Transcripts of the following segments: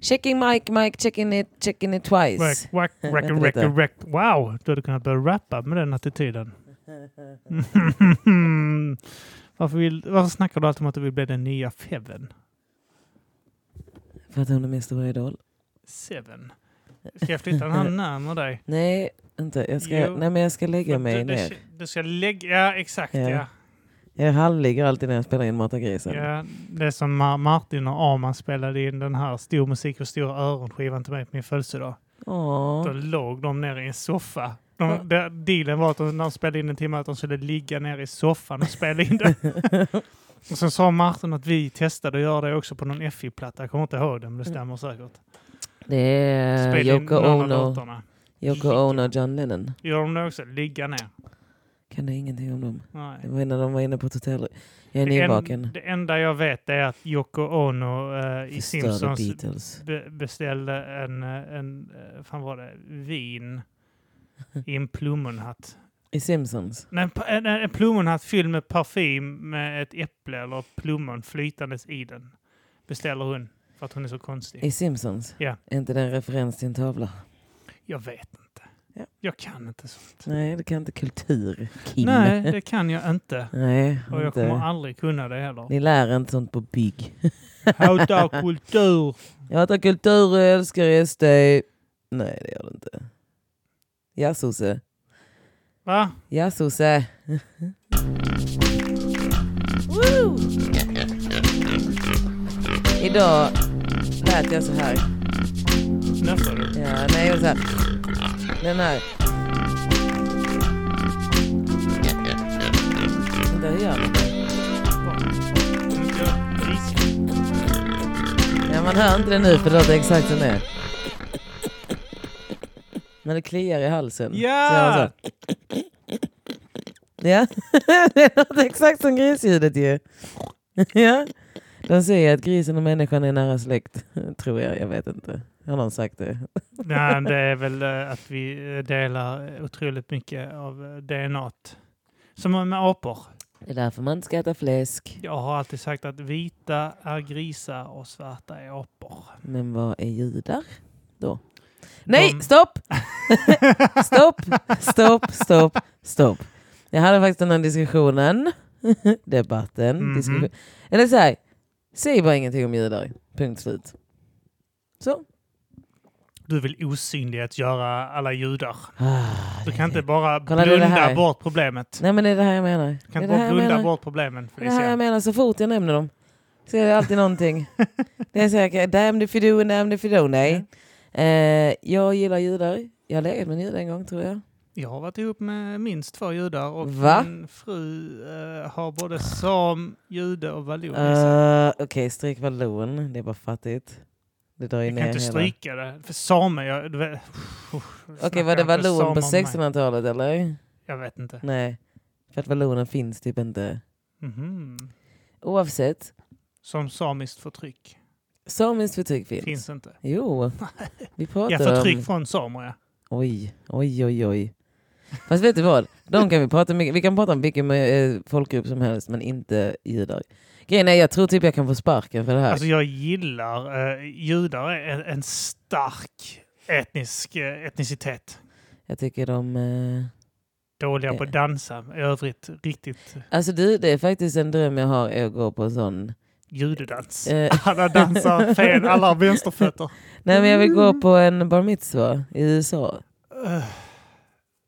Checking mic, mic, checking it, checking it twice. Wack, wack, Vänta wack, wack, lite. wack. Wow, du hade kunnat börja rappa med den attityden. varför, vill, varför snackar du alltid om att du vill bli den nya Feven? För att hon är min stora idol. Seven? Ska jag flytta den här närmare dig? Nej, inte. Jag ska, Jo. nej, men jag ska lägga För att mig du, ner. du, du ska lägga... Ja, exakt. Ja. Ja. Jag halvligger alltid när jag spelar in Mata grisen. Ja, det är som Ma- Martin och Arman spelade in den här Stor musik och stora öron-skivan till mig på min födelsedag. Åh. Då låg de ner i en soffa. Ja. De, där, dealen var att de, när de spelade in en timme att de skulle ligga ner i soffan och spela in den. och sen sa Martin att vi testade att göra det också på någon FI-platta. Jag kommer inte ihåg det, men det Mm. stämmer säkert. Det är Spela in Yoko någon av Ono, låtarna. Yoko Ono och John Lennon. Gör de det också? Ligga ner? Kan du ingenting om dem? Det Nej. var när de var inne på ett hotell. Jag Mm, är Det en- nyvaken. det enda jag vet är att Yoko Ono eh, i Förstörde Simpsons Beatles. be beställde en, eh, en, eh, fan var det, vin i en plommonhatt. I Simpsons. Nej, En, pa- en, en plommonhatt fylld med parfym med ett äpple eller plommon flytandes i den. Beställer hon för att hon är så konstig. I Simpsons? Ja. Är inte det en referens till en tavla? Jag vet inte. Ja. Jag kan inte sånt. Nej, det kan inte kultur. Kim. Nej, det kan jag inte. Nej, Och jag kommer inte. aldrig kunna det heller. Ni lär inte sånt på bygg. Hatar kultur. Jag hatar kultur och jag älskar SD. Nej, det gör det inte. Ja, sosse. Va? Ja, sosse. Woo! Idag lät jag så här. Nössar du? Ja, nej, jag så här. Den här. Där gör man. Ja, man hör inte det nu för det låter exakt som det. När det kliar i halsen. Så gör man Ja! så. Ja, det låter exakt som grisljudet ju. Ja. De säger att grisen och människan är nära släkt, tror jag. Jag vet inte. Har någon sagt det? Nej, det är väl eh, att vi eh, delar eh, otroligt mycket av eh, DNA. -t. Som med apor. Det är därför man inte ska äta fläsk. Jag har alltid sagt att vita är grisar och svarta är apor. Men vad är judar då? Nej, De- stopp! stopp, stopp, stopp, stopp. Jag hade faktiskt den här diskussionen, debatten, Mhm. diskussion. Eller så här, säg bara ingenting om judar. Punkt slut. Så. Du vill osynligt göra alla judar. Ah, Du det- kan inte bara Kolla, det är det blunda här. bort problemet. Nej men det är det här jag menar. Du Det kan är det inte här bara jag blunda menar. bort problemen. Det är det här jag Felicia. menar, så fort jag nämner dem så är det alltid någonting. Det är säkert damn if you do and damn if you don't. Nej. Eh, jag gillar judar. Jag har legat med en jude en gång tror jag. Jag har varit ihop med minst två judar och Va? min fru eh, har både sam, jude och vallon i sig. Uh, Okej, stryk vallon. Det är bara fattigt. Det drar ju Jag ner kan inte hela. stryka det. För samer, jag... du vet- Okej, Snacka var det inte vallon på samer med mig. 1600-talet eller? Jag vet inte. Nej, för att vallonen finns typ inte. Mhm. Oavsett, Som samiskt förtryck. samiskt förtryck finns. Finns, inte. Jo, vi Ja, pratar förtryck om... från samer ja. Oj, oj, oj, oj. Fast vet du vad? De kan vi, prata mycket. vi kan prata om vilken eh, folkgrupp som helst, men inte judar. Grejen är, jag tror typ jag kan få sparken för det här. Alltså jag gillar, eh, judar är en, en stark etnisk eh, etnicitet. jag tycker de... Eh... Dåliga på att Eh. dansa, i övrigt riktigt Alltså du, det är faktiskt en dröm jag har, är att gå på en sån... judedans. Eh. Alla dansar fel, alla har vänsterfötter. Nej men jag vill gå på Mm. en bar mitzvah i USA. Eh,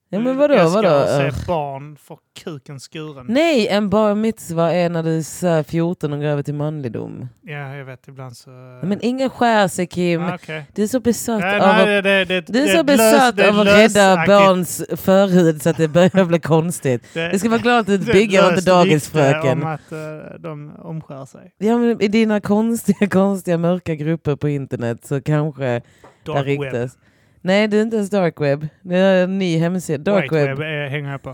Ja men vadå, Mm, jag ska vadå? Ugh. se barn få kuken skuren. Nej, en bar mitzvah är när du är så här 14 och går över till manligdom. Ja, jag vet ibland så... eh, Men ingen skär sig Kim. Ah, okej. Du är så besatt Nej, av att nej, det, det, det, du det är så lös- besatt det är av att rädda lösaktigt. barns förhud så att det börjar bli konstigt. Det- Du ska vara glad att du det bygger och löst inte rykte dagisfröken. om att eh, de omskär sig. Ja, men I dina konstiga, konstiga mörka grupper på internet så kanske Dark där web. ryktas. Nej, du är inte ens dark web. Det är en ny hemsida. Dark White web. web är, hänger jag på.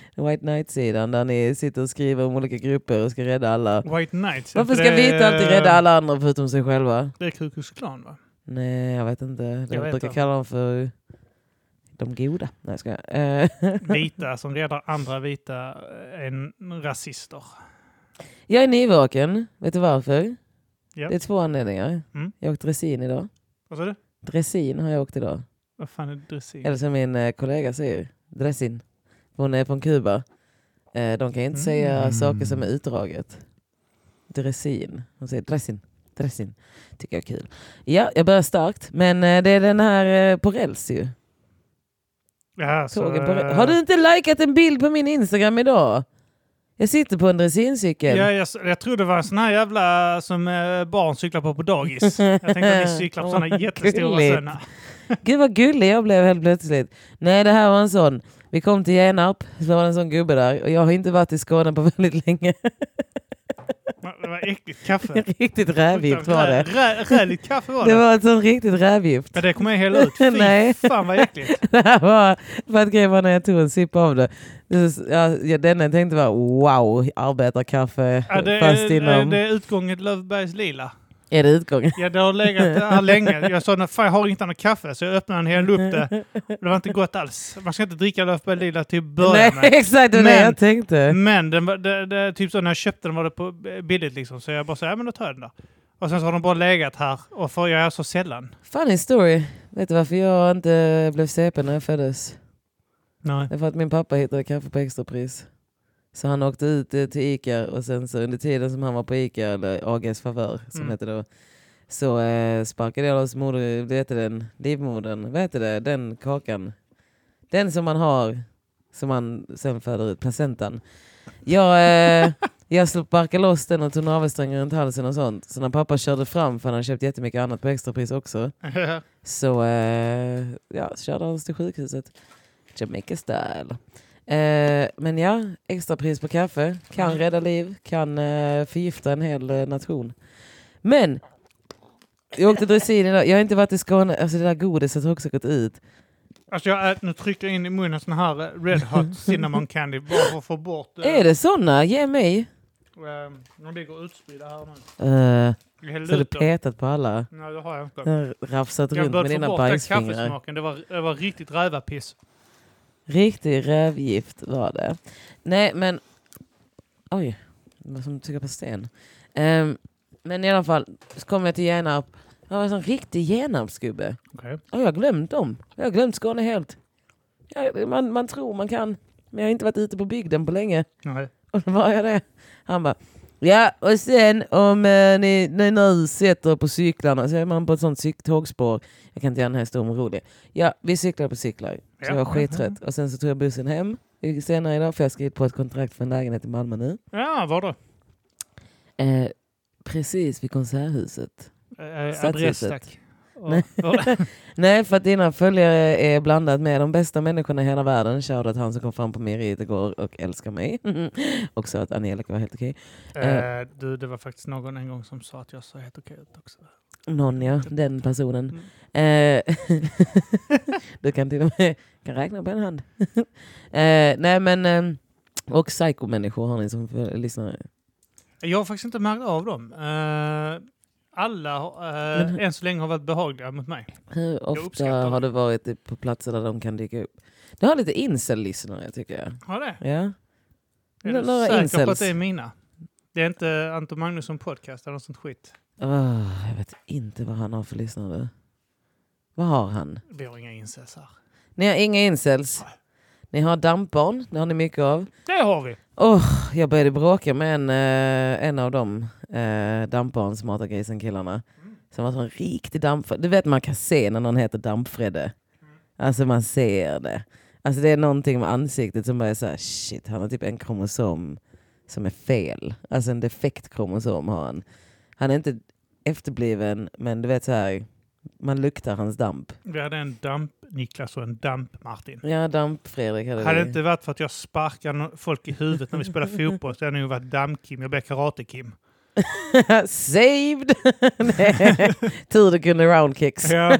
White Knight-sidan där ni sitter och skriver om olika grupper och ska rädda alla. White Knights. Varför inte ska det- vita alltid rädda alla andra förutom sig själva? Det är Kukus klan va? Nej, jag vet inte. Jag, vet brukar inte. kalla dem för de goda. Nej, jag skojar. Eh, Vita som räddar andra vita eh, är n- rasister. jag är nyvaken. Vet du varför? Ja. Det är två anledningar. Mm. Jag har åkt dressin idag. Vad sa du? Dressin har jag åkt idag. Vad fan är dressin? Eller som min eh, kollega säger, dressin. Hon är från Kuba. Eh, de kan ju inte säga Mm. saker som är utdraget. Dressin. Hon säger dressin. Dressin. Tycker jag är kul. Ja, jag börjar starkt. Men eh, det är den här eh, på räls ju. Ja, så, Tågen på räls. eh, Har du inte likat en bild på min Instagram idag? Jag sitter på en dressincykel. Ja, jag, jag tror det var en sån här jävla som eh, barn cyklar på på dagis. Jag tänkte att ni cyklar på såna Åh, jättestora gulligt. såna. Gud vad gullig jag blev helt plötsligt. Nej det här var en sån. Vi kom till Genarp, så var det en sån gubbe där. Och jag har inte varit i Skåne på väldigt länge. Det var äckligt kaffe. Riktigt rävgift var det. Rä- Räligt kaffe var det. Det var ett sånt riktigt rävgift. Men det kommer jag hälla ut. Fy Nej. fan vad äckligt. Det här var, för att grejen var när jag tog en sipp av det. det så- ja, ja, denne tänkte bara wow, arbetarkaffe Ja, det, fast är, inom... det är utgången Löfbergs lila. Är det utgången? Ja, det har legat här länge. Jag sa fan jag har inte annat kaffe så jag öppnade den och hällde upp det. Det var inte gott alls. Man ska inte dricka Löfbergs lila till att börja Nej med. exakt det var det Men- jag tänkte. Men den var, det, det, typ så när jag köpte den var det på billigt liksom. Så jag bara så ja men då tar jag den då. Och sen så har de bara legat här. Och för jag är så sällan. Funny story. Vet du varför jag inte blev CP när jag föddes? Nej. Det är för att min pappa hittade kaffe på extrapris. Så han åkte ut eh, till Ica och sen så under tiden som han var på Ica, eller AGs favör som Mm. hette då, så eh, sparkade jag loss moder, vad heter den, livmodern, vad heter det, den kakan. Den som man har, som man sen föder ut, placentan. Jag, eh, jag sparkade loss den och tog navelsträngen runt halsen och sånt. Så när pappa körde fram, för han hade köpt jättemycket annat på extrapris också, så eh, ja, så körde han oss till sjukhuset. Jamaica style. Eh, men ja, extrapris på kaffe. Kan rädda liv, kan eh, förgifta en hel eh, nation. Men, jag åkte dressin idag. Jag har inte varit i Skåne. Alltså det där godiset har också gått ut. alltså jag, ä- nu trycker jag in i munnen sån här eh, Red Hot Cinnamon Candy bara för att få bort... eh, Är det såna? Ge mig. eh, De ligger utspridda här nu. Eh, Jag hällde så har du ut dem. petat på alla. Nej det har jag inte. Jag har Rafsat runt Jag med började få dina bort den bajsfingrar. kaffesmaken. Det var, det var riktigt rävarpiss. Riktig rövgift var det. Nej men... Oj, det var som att trycka på sten. Ehm, men i alla fall, så kom jag till Genarp. Jag var en sån riktig Genarpsgubbe. Okay. Och jag har glömt dem. Jag har glömt Skåne helt. Jag, man, man tror man kan, men jag har inte varit ute på bygden på länge. Nej. Och då var jag det. Han bara, ja och sen om eh, ni, ni nu sätter på cyklarna så är man på ett sånt cyk- tågspår. Jag kan inte göra den här historien rolig. Ja, vi cyklade på cyklar. Så Ja. jag var Mm. skittrött. Och sen så tog jag bussen hem senare idag för jag har skrivit på ett kontrakt för en lägenhet i Malmö nu. Ja, var då? Eh, precis vid Konserthuset. Eh, adress Stadshuset. tack. Och- Nej. och- Nej, för att dina följare är blandat med de bästa människorna i hela världen. Shoutout han som kom fram på mejeriet igår och älskar mig. och sa att Angelica var helt okej. Eh, du, det var faktiskt någon en gång som sa att jag såg helt okej ut också. Mm. Någon ja, den personen. Eh, du kan till och med kan räkna på en hand. eh, nej men, eh, och psykomänniskor har ni som för- lyssnare. Jag har faktiskt inte märkt av dem. Eh, alla har, eh, Men- än så länge har varit behagliga mot mig. Hur ofta uppskattar har det. du varit i- på platser där de kan dyka upp? Du har lite incel-lyssnare tycker jag. Har det? Ja. Är Nå- du några säker på incels. att det är mina? Det är inte Anton Magnusson podcast eller något sånt skit. Åh, jag vet inte vad han har för lyssnare. Vad har han? Vi har inga incels här. Ni har inga incels. Ni har dampbarn, det har ni mycket av. Det har vi! Åh, jag började bråka med en, eh, en av dem eh, damparen, smarta grisen-killarna. Mm. Som var en sån riktig dampfredde. Du vet man kan se när någon heter dampfredde. Mm. Alltså man ser det. Alltså det är någonting med ansiktet som bara är såhär, shit han har typ en kromosom som är fel. Alltså en defekt kromosom har han. Han är inte efterbliven men du vet så här, man luktar hans damp. Vi hade en damp-Niklas och en damp-Martin. Ja, damp-Fredrik hade Hade det vi. inte varit för att jag sparkar no- folk i huvudet när vi spelar fotboll så hade jag nog varit damm-Kim. Jag blev karate-Kim. Saved! Nej. Tur du kunde roundkicks. Ja.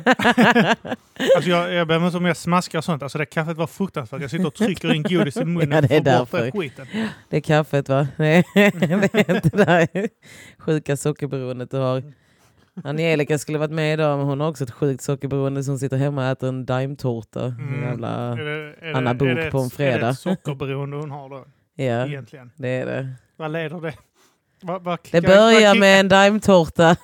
alltså jag, jag behöver inte om jag smaskar och sånt. Alltså det kaffet var fruktansvärt. Jag sitter och trycker in godis i munnen Ja, det är och får bort därför. den skiten. Det är kaffet va? Nej, det är inte det här sjuka sockerberoendet du har. Angelica skulle varit med idag men hon har också ett sjukt sockerberoende som sitter hemma och äter en daimtårta. Mm. Jävla... Är det- är Anna det- Bok är det ett- på en fredag. Är det ett sockerberoende hon har då Ja, egentligen? det är det. Vad leder det? Vad- vad- Det vad- vad börjar kick- med en daimtårta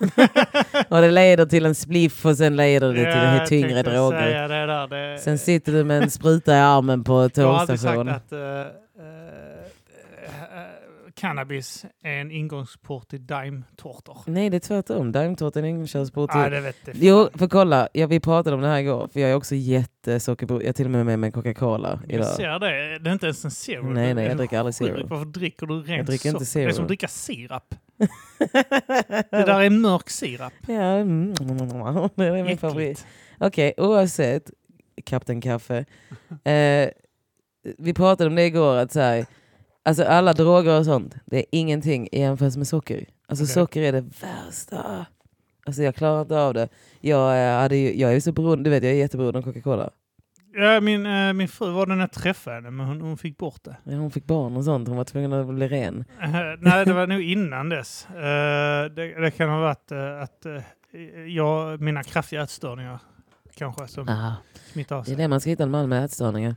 och det leder till en spliff och sen leder det Ja, jag till tyngre tänkte droger. säga det där. Det- Sen sitter du med en spruta i armen på Jag har alltid sagt tågstation. att eh, eh, eh, cannabis är en ingångsport till daimtårtor. Nej, det är tvärtom. Daimtårtan är ingen körsport. Nej, det vet jag. Jo, för kolla. Ja, vi pratade om det här igår, för jag är också jättesockerberoende. Jag är till och med med mig en Coca-Cola Jag idag. ser det. Det är inte ens en zero. Nej, nej, Det är jag dricker aldrig sjukt. zero. Varför dricker du rent dricker inte socker? Det är som zero. att dricka sirap. Det där är mörk sirap. Ja, mm, det är min Äckligt. favorit. Okej, oavsett. Kapten Kaffe. Eh, vi pratade om det igår, att så här, alltså alla droger och sånt, det är ingenting i jämförelse med socker. Alltså Okej. socker är det värsta. Alltså jag klarar inte av det. Jag, eh, hade ju, jag är ju så beroende, du vet jag är jätteberoende av Coca-Cola. Ja, min, eh, min fru var den jag träffade henne, men hon, hon fick bort det. Ja, Hon fick barn och sånt, hon var tvungen att bli ren. Eh, nej, det var nog innan dess. Eh, det, det kan ha varit eh, att eh, jag, mina kraftiga ätstörningar kanske som Ah, smittar av det är sig. det man ska hitta en man med ätstörningar.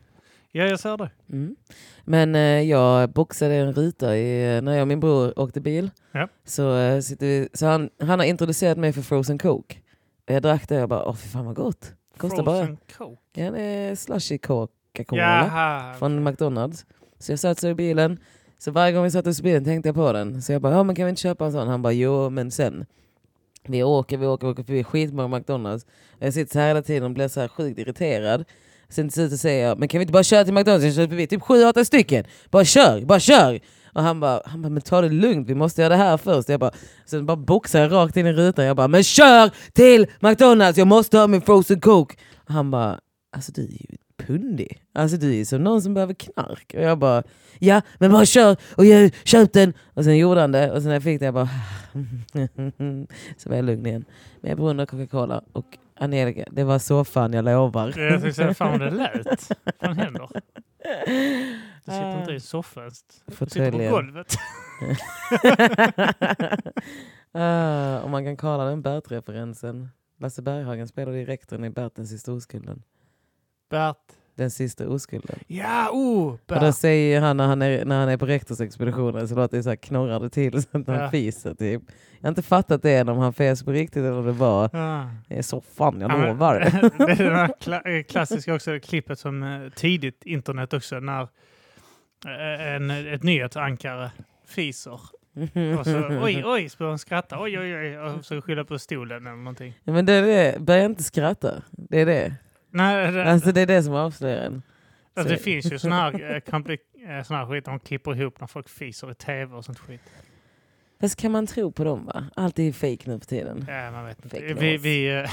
Ja, jag ser det. Mm. Men eh, jag boxade en ruta i, eh, när jag och min bror åkte bil. Ja. Så, eh, sitter vi, så han, han har introducerat mig för frozen coke. Och jag drack det och jag bara, åh fy fan vad gott. Kostar bara. Frozen Coke. Ja, det är slushy coca-cola Jaha. från McDonalds. Så jag satt så i bilen. Så varje gång vi satt oss i bilen tänkte jag på den. Så jag bara, ja men kan vi inte köpa en sån? Han bara, jo men sen. Vi åker, vi åker, vi åker förbi skitmånga McDonalds. Och jag sitter så här hela tiden och blir så här sjukt irriterad. Sen till slut så säger jag, men kan vi inte bara köra till McDonalds? Jag kör förbi typ sju, åtta stycken. Bara kör, bara kör! Och han bara, han bara, men ta det lugnt, vi måste göra det här först. Jag bara, sen bara boxar jag rakt in i rutan. Jag bara, men kör till McDonalds, jag måste ha min frozen coke! Och han bara, alltså du är ju pundig. Alltså du är ju som någon som behöver knark. Och jag bara, ja men bara kör och jag, köp den! Och sen gjorde han det och sen när jag fick den jag bara, så var jag lugn igen. Men jag är beroende av Coca-Cola och Angelica, det var så fan jag lovar. Ja, Jag tänkte säga, fan vad det lät. Vad fan händer? Du sitter Eh. inte i soffan. ens. Du sitter på Fåtöljen. golvet. Ah, om man kan kalla den Bert-referensen. Lasse Berghagen spelade direktorn i Bert den sista oskulden. Bert. Den sista oskulden. Ja, oh! Och då Bert. säger han när han är, när han är på rektorsexpeditionen så låter det så här knorrar det till så att han Ja. fiser typ. Jag har inte fattat det än om han fes på riktigt eller om det var Ja. det är så fan jag Ah. Ja, men- lovar. det är det här kla- eh, klassiska också, det klippet som eh, tidigt internet också, när eh, en, ett nyhetsankare fiser. Och så, oj, oj, så börjar han skratta. Oj, oj, oj. Och försöker skylla på stolen eller någonting. Ja, Men det är det, börja inte skratta. Det är det. Nej, det, Alltså det är det som avslöjar en. alltså, det finns ju sån här, eh, komplik- eh, sån här skit de klipper ihop när folk fiser i tv och sånt skit. Fast kan man tro på dem va? Allt är fake nu för tiden. Ja, man vet inte. Fake Vi, news. vi, eh,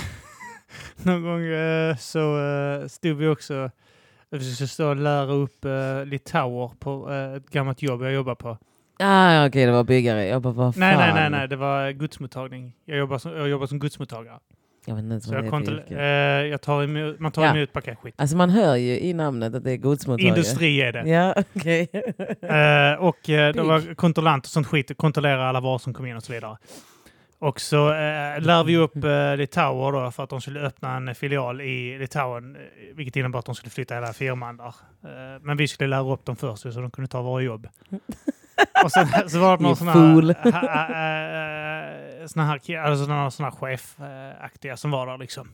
någon gång eh, så eh, stod vi också eh, vi skulle stå och lära upp eh, litauer på eh, ett gammalt jobb jag jobbar på. Ah, ja, Okej, det var byggare. Jag bara, vad fan. Nej, nej, nej, nej, det var gudsmottagning. Jag jobbar som, jag jobbar som gudsmottagare. Jag vet inte ens Så vad jag det är för kontroll- yrke. eh, jag tar emot, man tar Ja. emot paketskit. Alltså man hör ju i namnet att det är godsmottagare. Industri är det. Ja, okej. Eh, och eh, det Bygg. var kontrollant och sånt skit. Kontrollera alla varor som kom in och så vidare. Och så eh, lär vi upp eh, litauer då för att de skulle öppna en filial i Litauen. eh, Vilket innebar att de skulle flytta hela firman där. Eh, men vi skulle lära upp dem först så de kunde ta våra jobb. och sen så var det Ni någon sån fool. här, ha, ha, eh, sån här, ki- alltså någon sån här chefaktiga som var där liksom.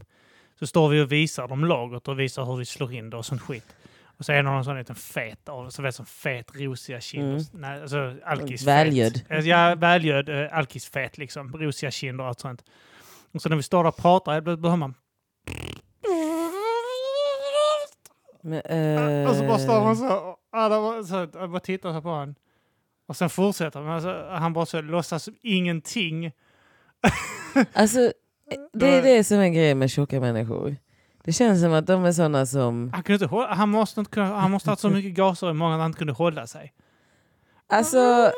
Så står vi och visar dem lagret och visar hur vi slår in det och sånt skit. Och så är det någon sån liten fet, av- så vet som fet rosiga kinder. Mm. Nej, alltså alkisfet. Välgödd. Eh, Ja, välgödd eh, alkisfet liksom. Rosiga kinder och allt sånt. Och så när vi står där och pratar, då hör man... Men, eh, Och så Ah, alltså, bara står man så. Alla bara, så jag bara tittar så på han. Och sen fortsätter man. Alltså, han bara så låtsas som ingenting. Alltså, det är det som är grejen med tjocka människor. Det känns som att de är sådana som... Han, kunde inte hålla, han, måste inte kunna, han måste ha haft så mycket gaser i magen att han inte kunde hålla sig. Alltså...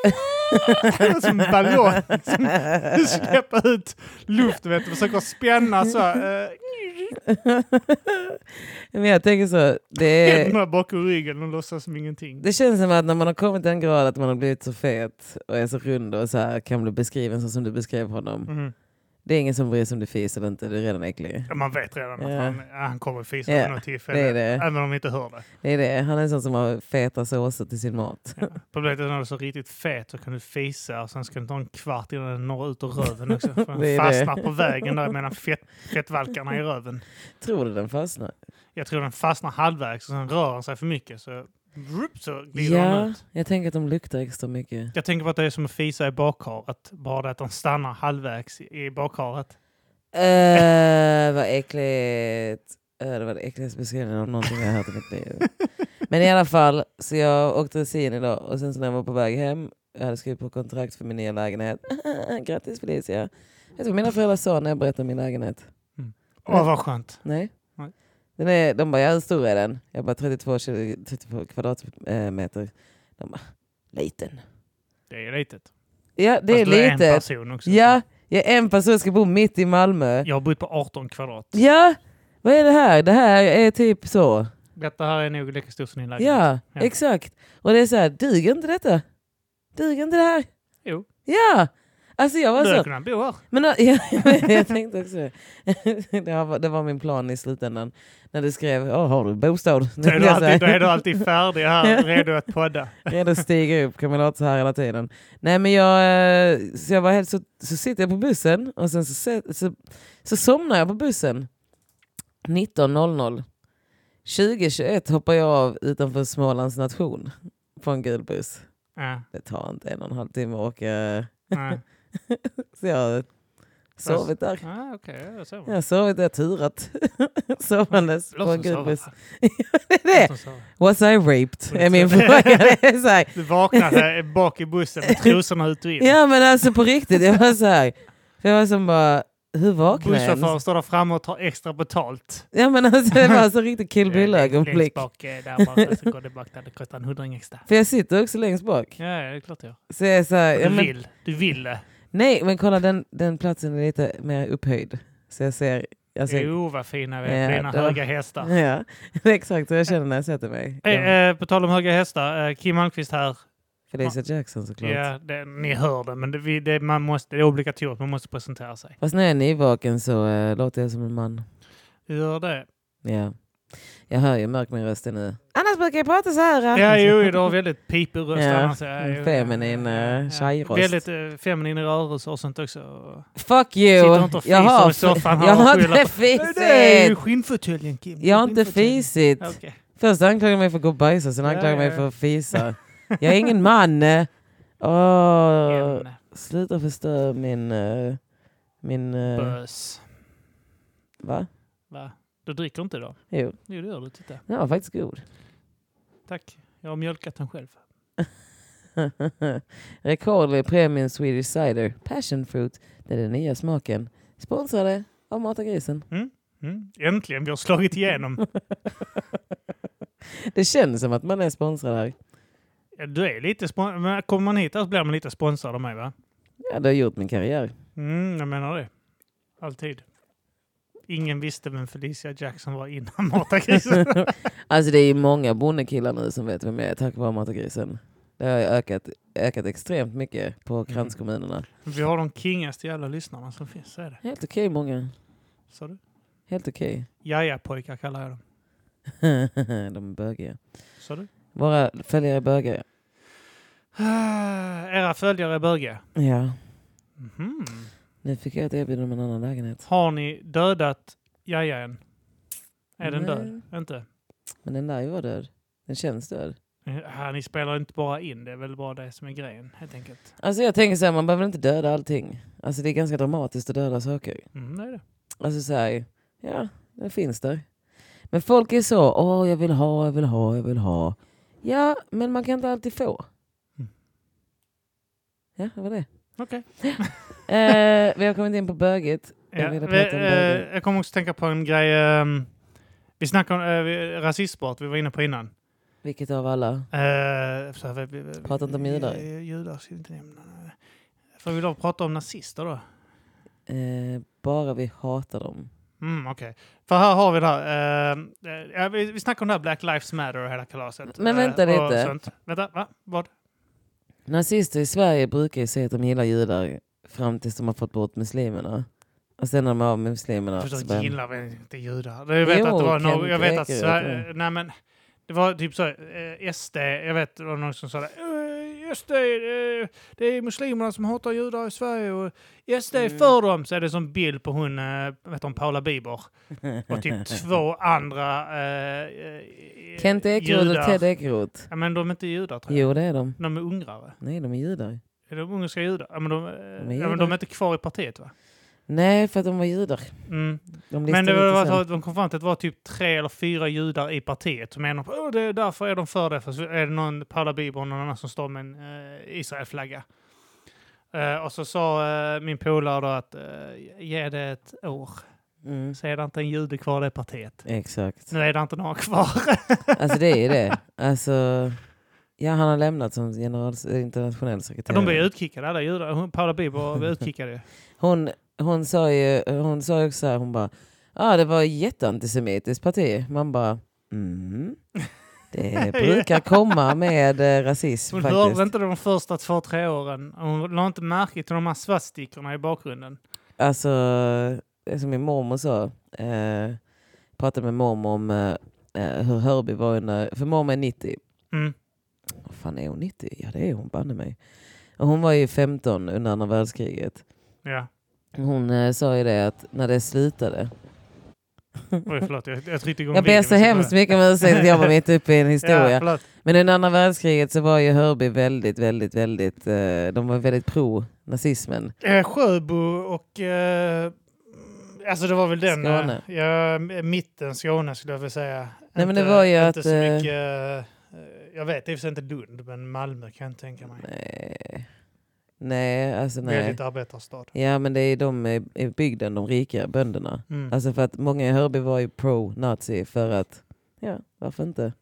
som en ballong som släppa ut luft, vet du. Försöker spänna så. Eh, Men jag tänker så, det, är, händerna bakom ryggen och låtsas som ingenting. Eh. det känns som att när man har kommit till en grad att man har blivit så fet och är så rund och så här, kan bli beskriven så som du beskrev honom. Mhm. Det är ingen som bryr sig om du fiser eller inte, du är redan äcklig. Ja, Man vet redan att Ja. han, ja, han kommer att fisa Ja, vid något tillfälle. det är det. Även om vi inte hör det. Det är det. Han är en sån som har feta såser till sin mat. Ja. Problemet är när du är så riktigt fet så kan du fisa och sen ska det ta en kvart innan den når ut ur röven också. För Det är den det. fastnar på vägen där mellan fett, fettvalkarna i röven. Tror du den fastnar? Jag tror den fastnar halvvägs och sen rör den sig för mycket så, Vroom, så glider den Ja, ut. jag tänker att de luktar extra mycket. Jag tänker på att det är som att fisa i bakharet. Bara det att den stannar halvvägs i bakharet. Uh, vad äckligt. Uh, det var den äckligaste beskrivningen av någonting jag har hört i mitt liv. Men i alla fall, så jag åkte sin idag och sen så när jag var på väg hem, jag hade skrivit på kontrakt för min nya lägenhet. Grattis Felicia. Vet du vad mina föräldrar sa när jag berättade om min lägenhet? Åh, vad skönt. Nej. Nej. Den är, de bara, ja, hur stor är den? Jag bara 32, 20, 32 kvadratmeter. De bara, liten. Det är litet. Ja, det Fast du är en litet. person också. Ja, ja, en person ska bo mitt i Malmö. Jag har bott på 18 kvadrat. Ja, vad är det här? Det här är typ så. Detta här är nog lika stor som din lägenhet. Ja, Ja. exakt. Och det är så här, duger inte detta? Duger inte det här? Jo. Ja! Alltså jag var Du hade så... kunnat bo här. Men, ja, jag tänkte också det. det. Var, det var min plan i slutändan. När du skrev, "Åh, har du bostad? Då är Jag du så här, alltid, då är du alltid färdig här, redo att podda. Redo att stiga upp, kan man låta så här hela tiden. Nej men jag, eh, så jag var helt så, så sitter jag på bussen och sen så, sä- så, så somnar jag på bussen. 19.00. 20.21 hoppar jag av utanför Smålands nation på en gul buss. Ja, Det tar inte en och en halv timme att åka. ja. Så jag har sovit där. Ah, Okej, jag ser. Jag har sovit, jag har turat. Sovandes på en gul buss. Det är det. det. Was I raped? Är min fråga. Det är så här. Du vaknade bak i bussen med trosorna ut och in. Ja men alltså på riktigt, jag var så här. För jag var som bara, hur vaknade jag? ens? Busschauffören står där framme och tar extra betalt. Ja men alltså det var så riktigt Kill Längst Bill-ögonblick. bak eh, där bara, så går det bak där. Det kostar en hundring extra. För jag sitter också längst bak. Ja, ja, det är klart jag. Så jag är så här, Du ja, men, vill. Du vill det. nej men kolla den, den platsen är lite mer upphöjd. Så jag ser, jag ser Jo, vad fina vi Ja, är. Fina då. höga hästar. ja, det är exakt hur jag känner när jag sätter mig. Eh, Ja, eh, på tal om höga hästar, eh, Kim Almqvist här. Felicia Jackson såklart. Ja, det, ni hör det, men det, vi- det, man måste, det är obligatoriskt. Man måste presentera sig. Fast när jag är nyvaken så eh, låter jag som en man. Gör det. Ja. Jag hör ju mörk min röst är nu. Annars brukar jag prata så här. eh. Ja, jo, du har väldigt pipig röst. Ja, annars, ja, jo. feminin, eh, tjejröst. Väldigt eh, feminin rörelse och sånt också. Fuck you! Sitter inte och Jag fiser har, i soffan här jag och har skyller inte på- Det är ju fisit! skinnfåtöljen, Kim. Jag har inte Skinnfåtöljen. fisit. Okej. Först anklagar de mig för att gå och bajsa, sen Ja, anklagar de mig ja, ja. för att fisa. Jag är ingen man! Åh, En sluta förstöra min... eh, Min... eh, bös. va? Va? Du dricker inte då? Jo, Jo, det gör du. Titta. den var faktiskt god. Tack. Jag har mjölkat den själv. Rekord i Premium Swedish Cider Passion Fruit. Det är den nya smaken. Sponsrade av Mata Grisen. Mm. Äntligen, vi har slagit igenom. Det känns som att man är sponsrad här. Ja, Du är lite spon- men Kommer man hit här så blir man lite sponsrad av mig, va? Ja, det har gjort min karriär. Mm, jag menar det. Alltid. Ingen visste vem Felicia Jackson var innan Matagrisen. Alltså det är ju många bondekillar nu som vet vem jag är tack vare Matagrisen. Det har ju ökat, ökat extremt mycket på kranskommunerna. vi har de kingaste jävla lyssnarna som finns, så är det. Helt okej många. Sa du? Helt okej. Jaja-pojkar kallar jag dem. De är bögiga. Sa du? Våra följare är bögiga. Ah, Era följare är bögiga. Ja. Mhm. Nu fick jag ett erbjudande om en annan lägenhet. Har ni dödat Jaja än? Är den död? Inte? Men den där ju var död. Den känns död. Ja, ni spelar inte bara in, det är väl bara det som är grejen helt enkelt. Alltså jag tänker så här, man behöver inte döda allting. Alltså det är ganska dramatiskt att döda saker. Mm, det är det. Alltså så här, ja, den finns där. Men folk är så, åh jag vill ha, jag vill ha, jag vill ha. Ja, men man kan inte alltid få. Mm. Ja, det var det. Okej. eh, vi har kommit in på böget. Jag Ja, ville vi- prata om bögen. eh, jag kommer också tänka på en grej. ehm, vi snackade om eh, vi- rasistbrott, vi var inne på innan. Vilket av alla? Eh, så här, vi- vi- vi- Prata inte om judar. eh, Judar ska vi inte nämna. Får vi då prata om nazister då? Eh, bara vi hatar dem. Mm, okej. För här har vi det här. eh, eh, ja, vi, vi snackade om det här Black Lives Matter och hela kalaset. Men eh, vänta och lite. sånt. Vänta, va? Vad? Nazister i Sverige brukar ju säga att de gillar judar fram tills de har fått bort muslimerna. Och sen när de är av med muslimerna. så Förstås börjar- gillar väl inte judar. Jag vet Jo, att det var Kent någon, jag vet att Ekeroth, Sverige, nej men det var typ så, eh, SD, jag vet det var någon som sa det, eh, SD, eh, det är muslimerna som hatar judar i Sverige och SD är Mm. för dem, så är det som bild på hon, eh, vet hon, Paula Bieber och typ två andra eh, eh, Kent Ekeroth och judar. Ted Ekeroth. Ja, men de är inte judar tror jag. Jo det är de. De är ungrare. Nej de är judar. Är de ungerska judar? Ja, men de, eh, är ja, men de judar. är inte kvar i partiet va? Nej för att de var judar. Mm. De Men listade det ut var, sen. så att de kom fram till att det var typ tre eller fyra judar i partiet som menar på "Åh, det är därför är de för det. För så är det någon Paula Bieber och någon annan som står med en eh, Israelflagga. Eh, och så sa eh, min polare då att eh, ge det ett år. mm. Så är det inte en jude kvar i det partiet. Exakt. Nu är det inte några kvar. Alltså det är ju det. Alltså, ja, han har lämnat som general, eh, internationell sekreterare. de blev utkickade alla judar. Hon- Paula Bieber blev utkickad ju. hon, hon sa ju hon sa ju också så här, hon bara, ja det var ett jätteantisemitiskt parti. Man bara, mm. Det brukar komma med eh, rasism Hon faktiskt. hörde inte de första två, tre åren. Hon la inte märke till de här svastikorna i bakgrunden. Alltså, det som min mormor sa. Eh, pratade med mormor om eh, eh, hur Hörby var under... För mormor är 90. Mm. Vad fan är hon 90? Ja det är hon banne mig. Och hon var ju 15 under andra världskriget. Ja. Hon eh, sa ju det att när det slutade. Oj, förlåt. Jag, jag tryckte igång Jag ber videon, så men hemskt mycket om ursäkt att jag var mitt uppe i en historia. Ja, förlåt. Men under andra världskriget så var ju Hörby väldigt, väldigt, väldigt... Eh, de var väldigt pro-nazismen. Eh, Sjöbo och... Eh, alltså det var väl den... Skåne. Eh, ja, mitten Skåne skulle jag vilja säga. Nej, men det var ju inte att, Så eh, mycket, eh, jag vet i och för sig inte Lund, men Malmö kan jag tänka mig. Nej, Eh, nej alltså nej. Väldigt arbetarstad. Ja men det är de i i bygden, de rika bönderna. Mm. Alltså för att många i Hörby var ju pro-nazi för att, ja varför inte?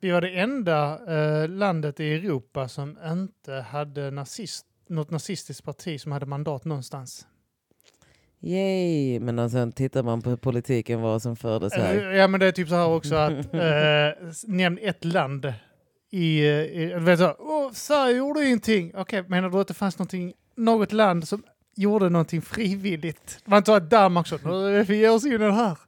Vi var det enda eh, landet i Europa som inte hade nazist, något nazistiskt parti som hade mandat någonstans. Yay! Men alltså, sen tittar man på hur politiken var som fördes här. Eh, Ja, men det är typ så här också att eh, s- nämn ett land i... eh, i du vet så, här, Åh, Sverige gjorde ingenting. Okej, menar du att det fanns någonting, något land som gjorde någonting frivilligt? Det var inte så att Danmark sa "Nu, vi ger oss in i det här.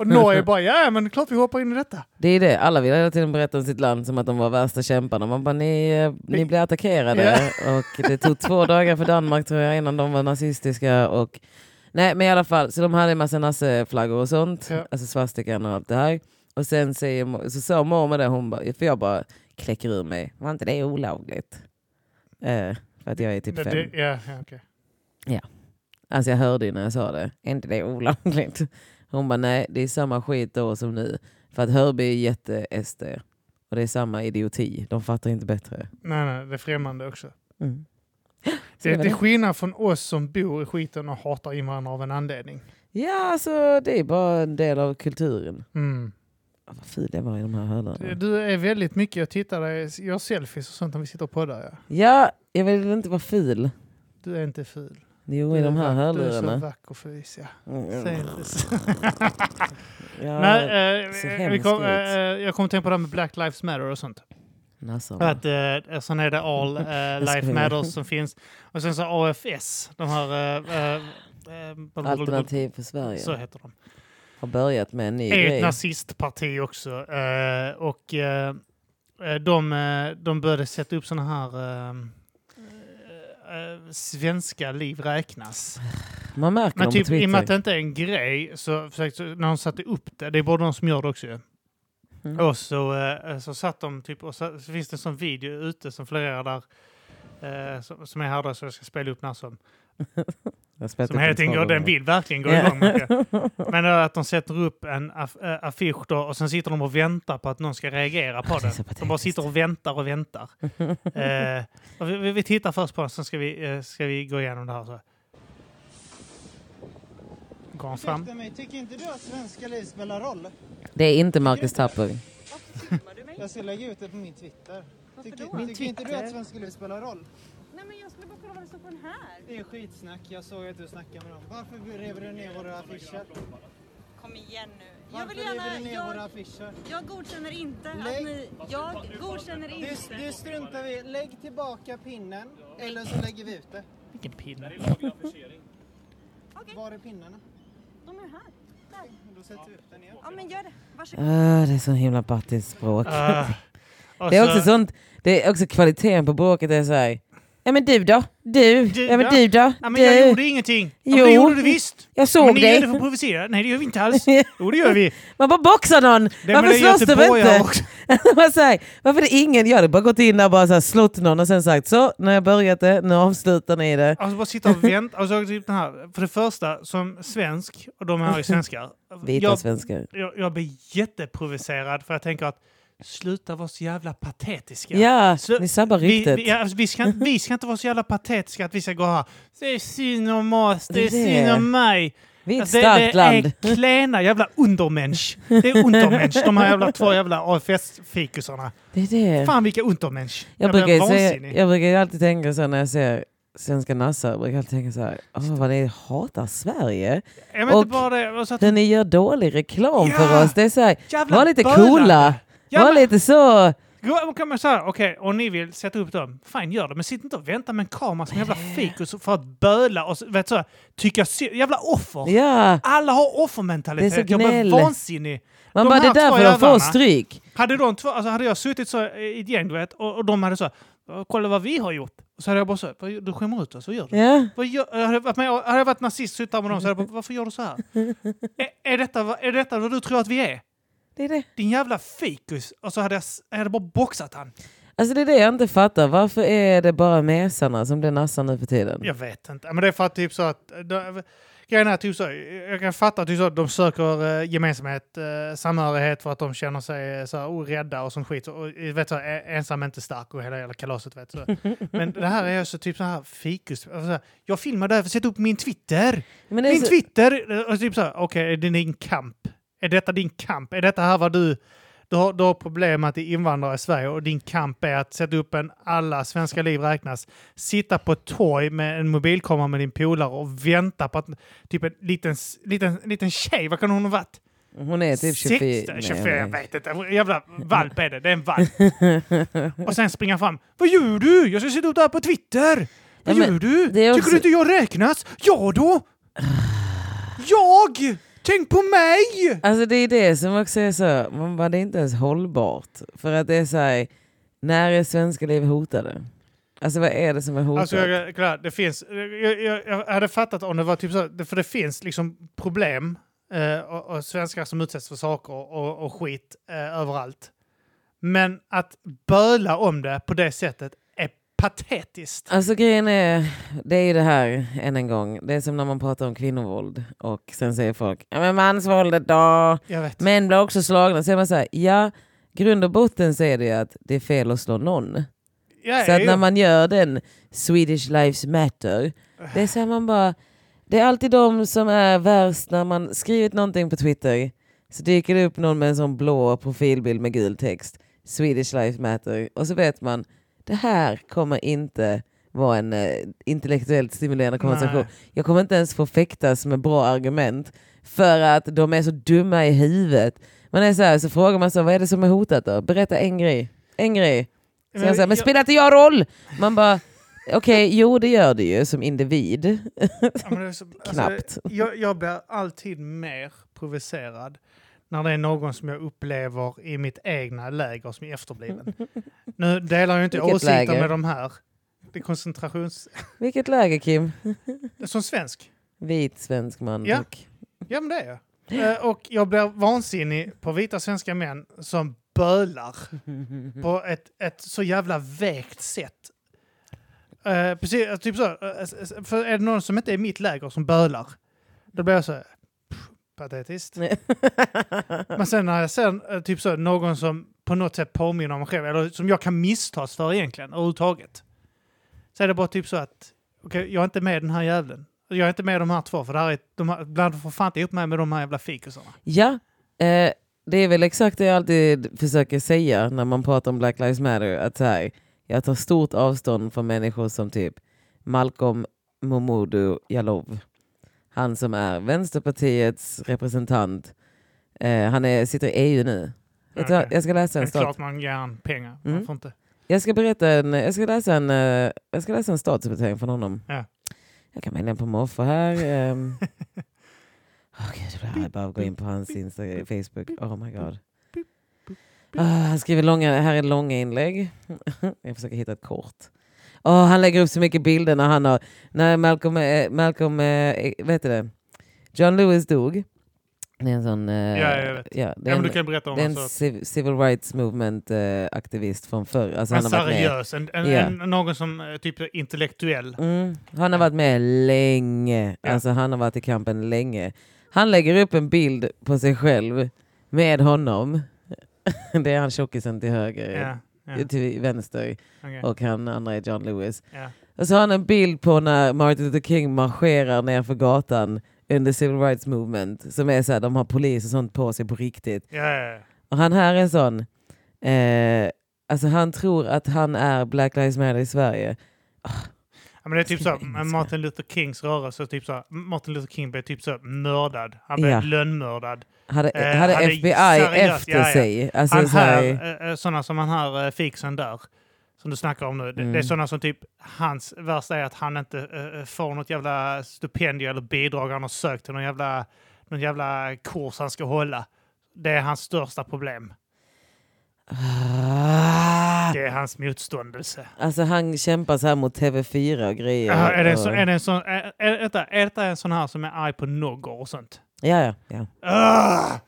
Och Norge bara ja, men klart vi hoppar in i detta. Det är det, alla vill hela tiden berätta om sitt land som att de var värsta kämparna. Man bara, ni, eh, ni blev attackerade. Och det tog två dagar för Danmark tror jag innan de var nazistiska. Och... Nej men i alla fall, så de hade en massa nasseflaggor och sånt. Ja. Alltså svastikan och allt det här. Och sen säger, mo- så sa mormor det, hon bara, för jag bara kläcker ur mig, var inte det olagligt? Eh, för att jag är typ Det- fem. det, ja, ja, okej. Alltså jag hörde ju när jag sa det. Är inte det olagligt? Hon bara nej, det är samma skit då som nu. För att Hörby är jätte-SD. Och det är samma idioti. De fattar inte bättre. Nej, nej, det är främmande också. Mm. Så Det, var det är skillnad från oss som bor i skiten och hatar invandrare av en anledning. Ja, alltså det är bara en del av kulturen. Mm. Ah, Vad ful jag var i de här hörlurarna. Du är väldigt mycket, jag tittar, jag gör selfies och sånt när vi sitter och poddar. Ja. Ja, jag vill inte vara ful. Du är inte ful. Jo, i de här Du är så hörlurarna. vacker Felicia. Säg Mm. inte så. Ja, Nej, eh, ser vi hemskt kom, ut. eh, eh, jag kommer tänka på det här med Black Lives Matter och sånt. nassarna. Att, eh, sen är det All eh, Life skojar. Matters som finns. Och sen så AFS, de här... Eh, eh, eh, Alternativ E för Så Sverige heter de. har börjat med en ny är ett grej. nazistparti också. Eh, och eh, eh, de, eh, de började sätta upp såna här... Eh, eh, svenska liv räknas. Man märker Men dem på typ i och med Twitter. att det inte är en grej så försökte, när de satte upp det, det är både de som gör det också ju. Mm. Och så, eh, så satt de typ, och så, så finns det en sån video ute som florerar där, eh, som, som är här då, så jag ska spela upp när som. Jag har spelat Som upp hela en tiden tavla går, den med. vill verkligen gå Ja. igång. mycket. Men eh, att de sätter upp en aff, eh, affisch då, och sen sitter de och väntar på att någon ska reagera på Ah, det är den. så De bara patetiskt. sitter och väntar och väntar. eh, och vi- vi, vi tittar först på den, sen ska vi, eh, ska vi gå igenom det här. Så. Går han fram? Ursäkta mig, tycker inte du att svenska liv spelar roll? Det är inte Marcus Tapper. Varför filmar du mig? Jag ska lägga ut det på min Twitter. Varför Tycker, då? tycker inte du att svenska liv spelar roll? Nej men jag skulle bara kolla vad det står på den här. Det är skitsnack, jag såg att du snackade med dem. Varför rev du ner våra affischer? Kom igen nu. Jag Varför vill rev gärna... du ner våra Jag, affischer? jag godkänner inte att Lägg- ni... Jag godkänner Du, du inte. struntar vi i. Lägg tillbaka pinnen eller så lägger vi ut det. Vilken pinne. Okej. Var är pinnarna? De är här. Där. Då sätter vi upp den igen. Ja men gör det. Varsågod. Ah, det är så himla pattiskt språk. Eh, och Det är så- också sånt, det är också kvaliteten på bråket. Det är så här, ja men du då? Du? Du ja men då? du då? Ja, men du? jag gjorde ingenting. Jo. Ja, men det Jo. gjorde du visst. Jag såg men ni dig. gör det för att provocera. Nej, det gör vi inte alls. Jo, det gör vi. Man bara boxar någon! Det, Varför slåss de göteborgare inte? också. Man säger, varför är det ingen gör det? Bara gått in där och bara så här, slått någon och sen sagt så, nu har jag börjat det, nu avslutar ni det. Alltså bara sitta och vänta. Alltså, typ den här. För det första, som svensk, och de här är ju svenskar. Vita jag, svenskar. jag, jag blir jätteprovocerad för jag tänker att sluta vara så jävla patetiska. Ja, Slu- ni sabbar Vi, ryktet. vi, ja, alltså, vi, ska, inte- vi ska inte vara så jävla patetiska att vi ska gå här. Det är synd om oss, det Det är är det. synd om mig. Vi är ett Alltså, starkt det, det land. är klena jävla undermensch. Det är undermensch, de här jävla två jävla AFS-fikusarna. Det är det. Fan vilka undermensch. Jag blir brukar, ju säga, vansinnig. jag brukar ju alltid tänka så här när jag ser svenska nassar, jag brukar alltid tänka så här, åh vad ni hatar Sverige. Jag vet och- inte bara det. och Så att, Hur ni gör dålig reklam Ja! för oss. Det är så här, jävla var lite bölar. coola, Ja, var men, lite så. gå- kan man säga, okej, om ni vill sätta upp dem, fine gör det. Men sitt inte och vänta med en kamera som jävla fikus för att böla och så, vet så, tycka sy- Jävla offer! Ja, Alla har offermentalitet. Det är så jag blir gnäll. vansinnig. man De bara det här är därför två de får jävlarna. stryk. Hade, de två, alltså hade jag suttit så i ett gäng du vet, och, och de hade så "Ja, kolla vad vi har gjort. Och så hade jag bara så, "Vad gör- du skämmer ut oss, vad gör du? Ja. Vad gör, hade, jag varit med, hade jag varit nazist suttit där med dem så hade jag bara, varför gör du så här? är, är, detta, vad- är detta vad du tror att vi är? Det är det. Din jävla fikus! Och så hade jag, s- jag hade bara boxat han. Alltså det är det jag inte fattar. Varför är det bara mesarna som blir nassar nu för tiden? Jag vet inte. Men det är för att typ så att... de- Grejen är typ så, jag kan fatta typ så att de söker eh, gemensamhet, eh, samhörighet för att de känner sig eh, så här orädda och som skit. Och, och, vet så, här, e- ensam är inte stark och hela jävla kalaset vet så. Men det här är ju så typ så här fikus. Alltså, så här, jag filmar det här för att sätta upp min Twitter! Men alltså- det är Min så- Twitter! eh, Och typ så här, okej, är det din kamp? Är detta din kamp? Är detta här vad du... Du har, du har problem med att det är invandrare i Sverige och din kamp är att sätta upp en alla svenska liv räknas, sitta på ett torg med en mobilkamera med din polare och vänta på att typ en liten, liten, liten tjej, vad kan hon ha varit? Hon är typ 24. 16, Nej, 24, hon är- jag vet inte. En Jävla valp är det, det är en valp. och sen springa fram. Vad gör du? Jag ska sitta upp där på Twitter! Vad Ja, men gör du? det är Tycker också- du inte jag räknas? Jag då? jag! Tänk på mig! Alltså det är det som också är så, man bara, det är inte ens hållbart. För att det är så här, när är svenska liv hotade? Alltså vad är det som är hotat? Alltså, jag, klar, det finns, jag, jag, jag hade fattat om det var typ så, här, för det finns liksom problem eh, och, och svenskar som utsätts för saker och, och skit eh, överallt. Men att böla om det på det sättet är patetiskt. Alltså grejen är, det är ju det här än en gång, det är som när man pratar om kvinnovåld och sen säger folk, ja men mansvåldet då, Jag vet. män blir också slagna. Så är man så här, ja, grund och botten så är det ju att det är fel att slå någon. Ja, Så att ja, när man gör den Swedish Lives Matter, det är så här man bara... Det är alltid de som är värst när man skrivit någonting på Twitter så dyker det upp någon med en sån blå profilbild med gul text. Swedish Lives Matter. Och så vet man, det här kommer inte vara en eh, intellektuellt stimulerande konversation. Nej. Jag kommer inte ens få fäktas med bra argument för att de är så dumma i huvudet. Man är så här, så frågar man så vad är det som är hotat då? Berätta en grej. En grej. Så jag säger, men jag- spelar inte jag roll? Man bara, okej, jo det gör det ju som individ. Ja, men det är så- alltså, Knappt. Jag, jag blir alltid mer provocerad när det är någon som jag upplever i mitt egna läger som är efterbliven. Nu delar jag inte Vilket åsikter läger? med de här. Det är koncentrations... Vilket läge Kim? Som svensk. Vit svensk man. Ja. tack. Ja, men det är jag. Eh, Och jag blir vansinnig på vita svenska män som bölar på ett, ett så jävla vägt sätt. Eh, precis, eh, typ så. eh, s- s- För är det någon som inte är i mitt läger som bölar, då blir jag så här, pff, patetiskt. Nej. Men sen när jag ser eh, typ så, någon som på något sätt påminner om mig själv, eller som jag kan misstas för egentligen, överhuvudtaget. Så är det bara typ så att, okej, jag är inte med i den här jävlen. Jag är inte med i de här två, för det här är, de här, bland får fan inte ihop mig med de här jävla fikusarna. Ja, eh, det är väl exakt det jag alltid försöker säga när man pratar om Black Lives Matter. Att så här, jag tar stort avstånd från människor som typ Malcolm Momodou Jalov. Han som är Vänsterpartiets representant. Eh, han är, sitter i EU nu. Vet du vad? Okej. Jag ska läsa Det är en stat. klart man ger han pengar. Man Mm. får inte. Jag ska berätta en, jag ska läsa en, eh, jag ska läsa en statusbetänk från honom. Ja. ehm. Oh Ah, eh, eh, Ja, det Ja, jag vet. Ja, är men en, du kan berätta om alltså, det är en honom. så att- civ- civil rights movement-aktivist från förr. Alltså, Men han har varit med. seriös, en, en, Ja. en, någon som eh, typ är intellektuell. Mm, han har varit med länge. Ja. Alltså han har varit i kampen länge. Han lägger upp en bild på sig själv med honom. Det är han tjockisen till höger, Ja, ja, till vänster okej, och han andra är John Lewis. ja. Och så har han en bild på när Martin Luther King marscherar nerför gatan under Civil Rights Movement. Som är så här, de har polis och sånt på sig på riktigt. Ja, ja, ja. Och han här är sån. Eh, alltså han tror att han är Black Lives Matter i Sverige. Ja, men det är typ så Skriva här, engelska. Martin Luther Kings rörelse, typ så här, Martin Luther King blev typ så här mördad. Han blev Ja. lönnmördad. Hade, Eh, hade hade FBI seriöst- efter ja, ja. sig? Alltså, han så här, här, sådana eh, som han här eh, fixen där, som du snackar om nu, det, det är Mm. sådana som typ, hans värsta är att han inte eh, får något jävla stipendium eller bidrag han har sökt till någon jävla, någon jävla kurs han ska hålla. Det är hans största problem. Ah! Det är hans motståndelse. alltså han kämpar så här mot TV4 och grejer. Ja, är, det en och- sån, är, det en sån, är, är, detta, är detta en sån här som är arg på något och sånt? ja, ja, ja. Ah!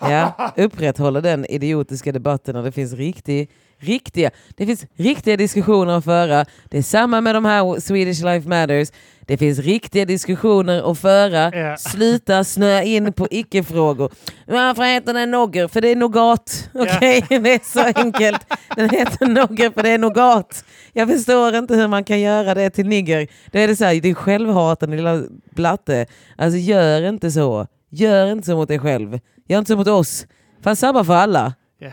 ja, upprätthåller den idiotiska debatten när det finns riktig, riktiga, det finns riktiga diskussioner att föra. Det är samma med de här Swedish Life Matters. Det finns riktiga diskussioner att föra. Ja. Sluta snöa in på icke-frågor. Varför heter den nogger? För det är nougat. Okej, det är så enkelt. Den heter nogger för det är nougat. Jag förstår inte hur man kan göra det till nigger. Då är det så här, det är självhatande lilla blatte. Alltså gör inte så. Gör inte så mot dig själv. Gör inte så mot oss. För han sabbar för alla. Ja,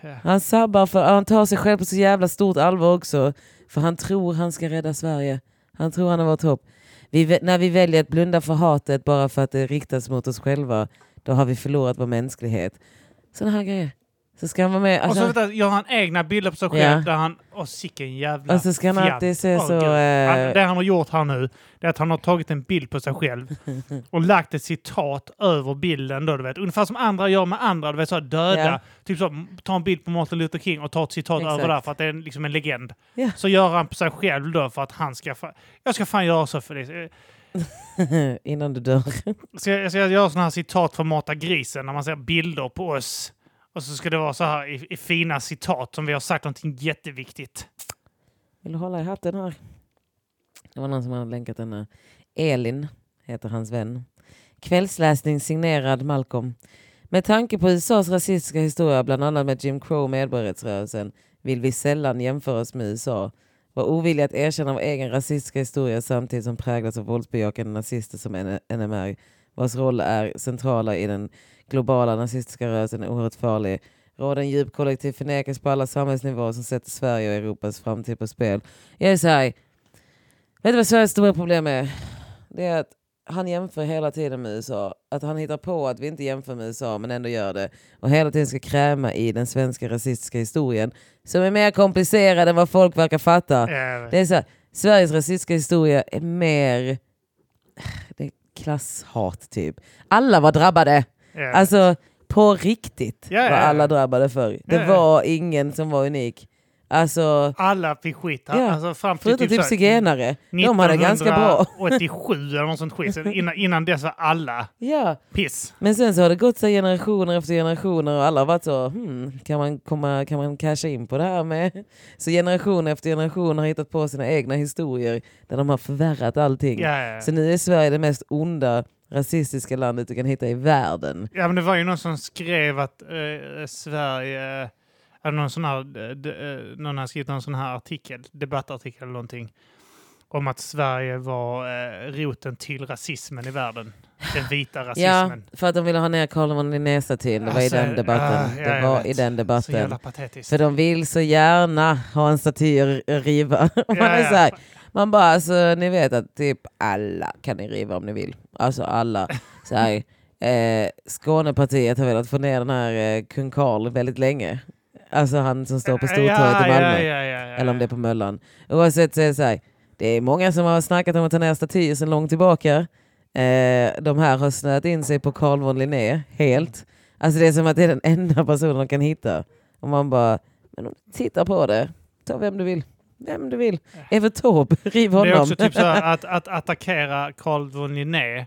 ja. Han sabbar för, han tar sig själv på så jävla stort allvar också. För han tror han ska rädda Sverige. Han tror han har vårt hopp. Vi, vä- när vi väljer att blunda för hatet bara för att det riktas mot oss själva, då har vi förlorat vår mänsklighet. Sådana här grejer. Så ska han vara med. och så Alltså, vänta, gör han egna bilder på sig själv Ja. där han... Åh, sicken jävla alltså ska han fjant. alltid se Åh, så... gud. Han, Eh, det han har gjort här nu, det är att han har tagit en bild på sig själv och lagt ett citat över bilden. Då, du vet. Ungefär som andra gör med andra, du vet, så här, döda. Ja. Typ så, m- ta en bild på Martin Luther King och ta ett citat Exakt. över där för att det är en- liksom en legend. Ja. Så gör han på sig själv då för att han ska... Fa- jag ska fan göra så för det. innan du dör. Ska, jag ska göra sådana här citat för Mata grisen när man ser bilder på oss. Och så ska det vara så här i, i fina citat som vi har sagt någonting jätteviktigt. Vill du hålla i hatten här? Det var någon som hade länkat denna. Elin heter hans vän. Kvällsläsning signerad Malcolm. Med tanke på USAs rasistiska historia, bland annat med Jim Crow och medborgarrättsrörelsen, vill vi sällan jämföra oss med USA. Var ovilliga att erkänna vår egen rasistiska historia samtidigt som präglas av våldsbejakande nazister som N- NMR, vars roll är centrala i den globala nazistiska rörelsen är oerhört farlig. Råder en djup kollektiv förnekelse på alla samhällsnivåer som sätter Sverige och Europas framtid på spel. Jag är så här, vet du vad Sveriges stora problem är? Det är att han jämför hela tiden med USA. Att han hittar på att vi inte jämför med USA men ändå gör det. Och hela tiden ska kräma i den svenska rasistiska historien som är mer komplicerad än vad folk verkar fatta. Eh, Det är så här, Sveriges rasistiska historia är mer det är klasshat typ. Alla var drabbade. eh. Alltså på riktigt Ja, ja, var ja. alla drabbade förr. Det Ja, ja. var ingen som var unik. Alltså, Alla fick skit. Ja. Alltså, fram till förutom typ, typ så här- zigenare. De hade ganska bra. 1987 eller något sånt skit. Så Innan, innan dess var alla Ja. piss. Men sen så har det gått så här generationer efter generationer och alla har varit så, hmm, kan, man komma, kan man casha in på det här med? Så generation efter generation har hittat på sina egna historier där de har förvärrat allting. Ja, ja, Så ja. nu är Sverige det mest onda rasistiska landet du kan hitta i världen. ja, men det var ju någon som skrev att eh, Sverige... eh, Eller någon, sån här, eh, d- eh, någon har skrivit någon sån här artikel, debattartikel eller någonting. Om att Sverige var eh, roten till rasismen i världen. Den vita Ja, rasismen. för att de ville ha ner Carl von Linné statyn. Det var i Alltså, den debatten. ah, ja, det jag var vet. i den Så debatten. jävla patetiskt. För de vill så gärna ha en staty att riva. Man, Ja, är ja. så här, man bara, alltså, ni vet att typ alla kan ni riva om ni vill. Alltså alla. Så här, eh, Skånepartiet har velat få ner den här eh, kung Karl väldigt länge. Alltså han som står på Stortorget i Malmö. Eh, ja, ja, ja, ja. Eller om det är på Möllan. Oavsett så är det så här, Det är många som har snackat om att ta ner statyer sedan långt tillbaka. Eh, de här har snöat in sig på Carl von Linné helt. Alltså det är som att det är den enda personen de kan hitta. Och man bara, men om du tittar på det, ta vem du vill. Vem du vill. Evert Taube, riv Det honom. är också typ så här att, att attackera Carl von Linné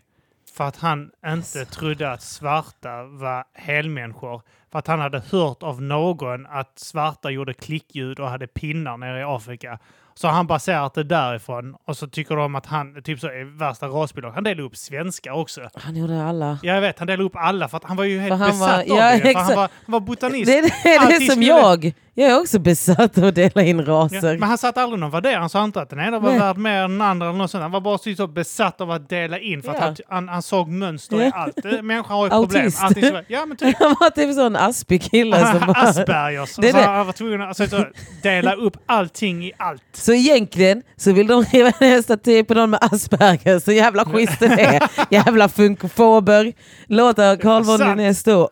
för att han inte trodde att svarta var helmänniskor. För att han hade hört av någon att svarta gjorde klickljud och hade pinnar nere i Afrika. Så han baserat det därifrån och så tycker de att han typ så är värsta rasbidrag. Han delar upp svenskar också. Han gjorde alla. Ja, jag vet, han delade upp alla för att han var ju För helt han besatt var- av ja, det. För exakt. han, var, han var botanist. Det är det, det Alltid är som skulle- jag. Jag är också besatt av att dela in Ja, raser. men han satt aldrig någon värdering, han sa inte att den ena var Nej. värd mer än den andra. Eller något sånt. Han var bara så så besatt av att dela in, för att Ja. han, han, han såg mönster Ja. i allt. Eh, Människan har ju problem. Autist. Allting så, ja, men typ. Han var typ sån aspig kille som bara... Aspergers. Så Det är det. han var tvungen att så, så, dela upp allting i allt. Så egentligen så vill de riva ner statyer på någon med Asperger, så jävla schysst det är. jävla funkofober. Låta Carl von sant. Linné stå.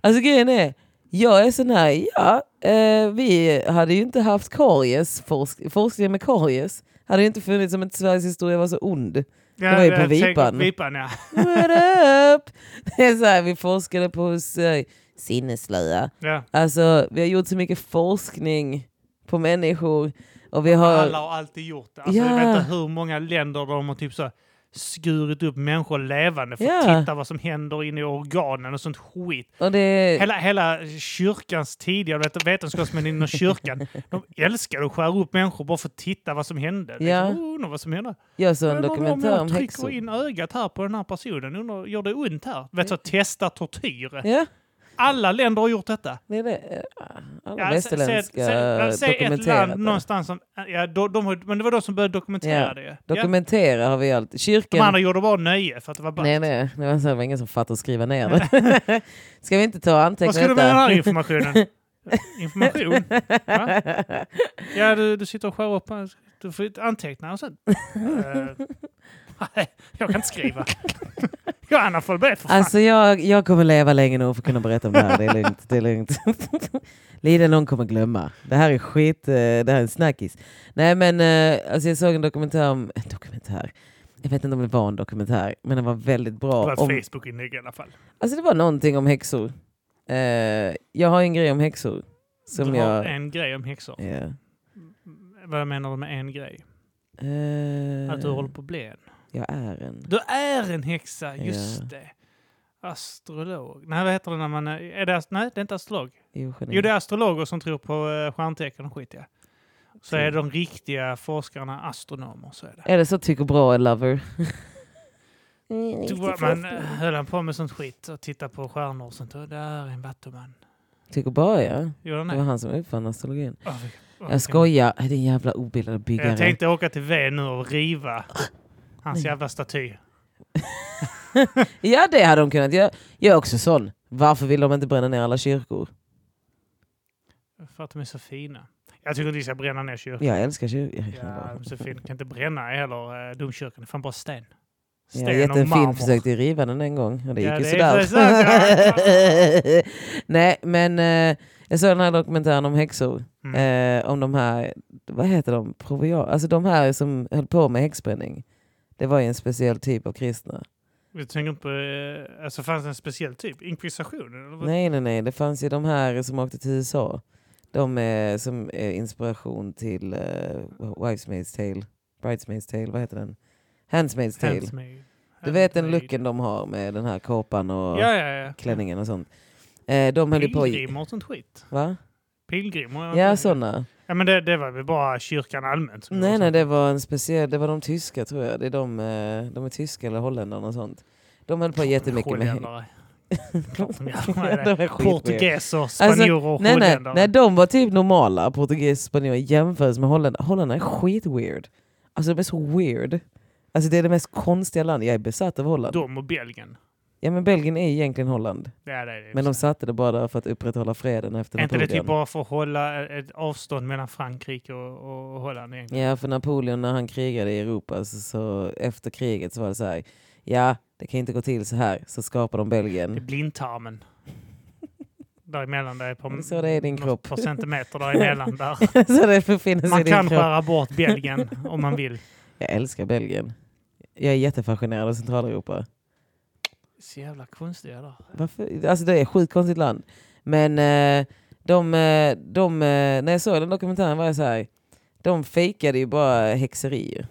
Alltså grejen är, jag är sån här, ja, eh, vi hade ju inte haft karies, forsk- forskningen med karies hade ju inte funnits om inte Sveriges historia var så ond. Ja, Det var ju på jag tänker Vipan. Vipan ja. What up? Det är så här, vi forskade på eh, sinneslöja. Ja. Alltså, vi har gjort så mycket forskning på människor. Och vi har... Alla har alltid gjort det. Alltså, Ja. Jag vet inte hur många länder de har typ så skurit upp människor levande för Ja. att titta vad som händer inne i organen och sånt skit. Och det, Hela, hela kyrkans tidiga vet, vetenskapsmän inom kyrkan, de älskar att skära upp människor bara för att titta vad som hände. Ja. Liksom, "Oh, undrar vad som hände. jag såg en Undrar om dokumentär om jag trycker häxor. in ögat här på den här personen, undrar, gör det ont här? Vet, så, testa tortyr. Ja, Alla länder har gjort detta. det är det. Alla Ja, se- se- västerländska se- se ett dokumenterat land det. någonstans som... Ja, de, de, har- men det var de som började dokumentera Ja, det. ju. Ja. Dokumentera har vi alltid. De Kyrkan... andra gjorde bara nöje för att det var ballt. Nej, nej. Det var, så här, det var ingen som fattade att skriva ner det. Ska vi inte ta och anteckna Vad ska du med detta? den här informationen? Information? Va? Ja, du, du sitter och skär upp. här. Du får inte anteckna och sen... Eh, nej, jag kan inte skriva. Jag är analfabet för fan. Alltså jag, jag kommer leva länge nog för att kunna berätta om det här. Det är lugnt. Det är lugnt. Liden någon kommer glömma. Det här är skit. eh, Det här är en snackis. Nej men eh, alltså jag såg en dokumentär om... En dokumentär? Jag vet inte om det var en dokumentär, men den var väldigt Det bra. var ett om, Facebook-inlägg i alla fall. alltså det var någonting om häxor. Eh, jag har en grej om häxor. Som du har jag... en grej om häxor. Ja. Vad menar du med en grej? Eh, Att du håller på att bli en. Jag är en... Du är en häxa, just Ja. det. Astrolog. Nej, vad heter det när man... Är är det, ast- nej, det är inte astrolog. Jo, Jo, det är astrologer som tror på eh, stjärntecken och skit, ja. Så är de riktiga forskarna astronomer, så är det. Är det så tycker bra är lover? Du, man eh, höll han på med sånt skit och tittade på stjärnor och sånt. Och där är en vattuman. Tycker bra ja. Gjorde han Det det? var han som uppfann astrologin. Åh, vilken- åh, vilken- Jag skojar, är din jävla obildade byggare. Jag tänkte åka till Ven nu och riva hans jävla staty. Ja det hade de kunnat göra. Jag är också sån. Varför vill de inte bränna ner alla kyrkor? För att de är så fina. Jag tycker inte vi ska bränna ner kyrkan. Jag älskar kyrkor. Ja, de är så fina. Kan inte bränna heller eh, domkyrkan. Det är fan bara sten. Jag har Sten gett och en film, marmor. försökte riva den en gång och det Ja, gick ju det är sådär. Nej men eh, jag såg den här dokumentären om häxor. Mm. Eh, om de här, vad heter de? Provia- alltså de här som höll på med häxbränning. Det var ju en speciell typ av kristna. Jag tänker inte på... eh, Alltså fanns det en speciell typ? Inkvisitionen? Eller vad? Nej, nej, nej. Det fanns ju de här som åkte till USA. De är, som är inspiration till uh, Wivesmaid's Tale, Bridesmaid's Tale, vad heter den? Handsmaid's Tale. Handmade. Du vet den Handmade. looken de har med den här kåpan och Ja, ja, ja. klänningen och sånt. Eh, de höll ju på... i- Pilgrimer och sånt skit. Va? Pilgrimer? Ja, sådana. Ja, men det, det var väl bara kyrkan allmänt? som Nej, gjorde nej, sånt. det var en speciell... Det var de tyska tror jag. Det är de, eh, de är tyska eller holländare och sånt. De höll på jättemycket med... Holländare. Klart de jävla Ja, är de är det. skitbreda. Portugeser, Alltså, spanjorer och nej, nej, holländare. nej, de var typ normala portugiser spanjorer jämfört med holländare. Holländare är skit weird. Alltså de är så weird. Alltså det är det mest konstiga landet. Jag är besatt av Holland. De och Belgien. Ja men Belgien är egentligen Holland. Ja, det är det. Men de satte det bara där för att upprätthålla freden efter är inte det Napoleon. typ bara för att hålla ett avstånd mellan Frankrike och, och Holland egentligen? Ja för Napoleon när han krigade i Europa så, så efter kriget så var det så här. Ja det kan inte gå till så här. Så skapar de Det är Belgien. blindtarmen. däremellan. Det är på Det är så det är i din något kropp. par centimeter däremellan. Där. så det befinner sig i Man din kan kropp. skära bort Belgien om man vill. Jag älskar Belgien. Jag är jättefascinerad av Centraleuropa. Så jävla konstiga där. Varför? Alltså det är ett sjukt konstigt land. Men eh, de, eh, de, eh, när jag såg den dokumentären var jag så här, de fejkade ju bara häxerier.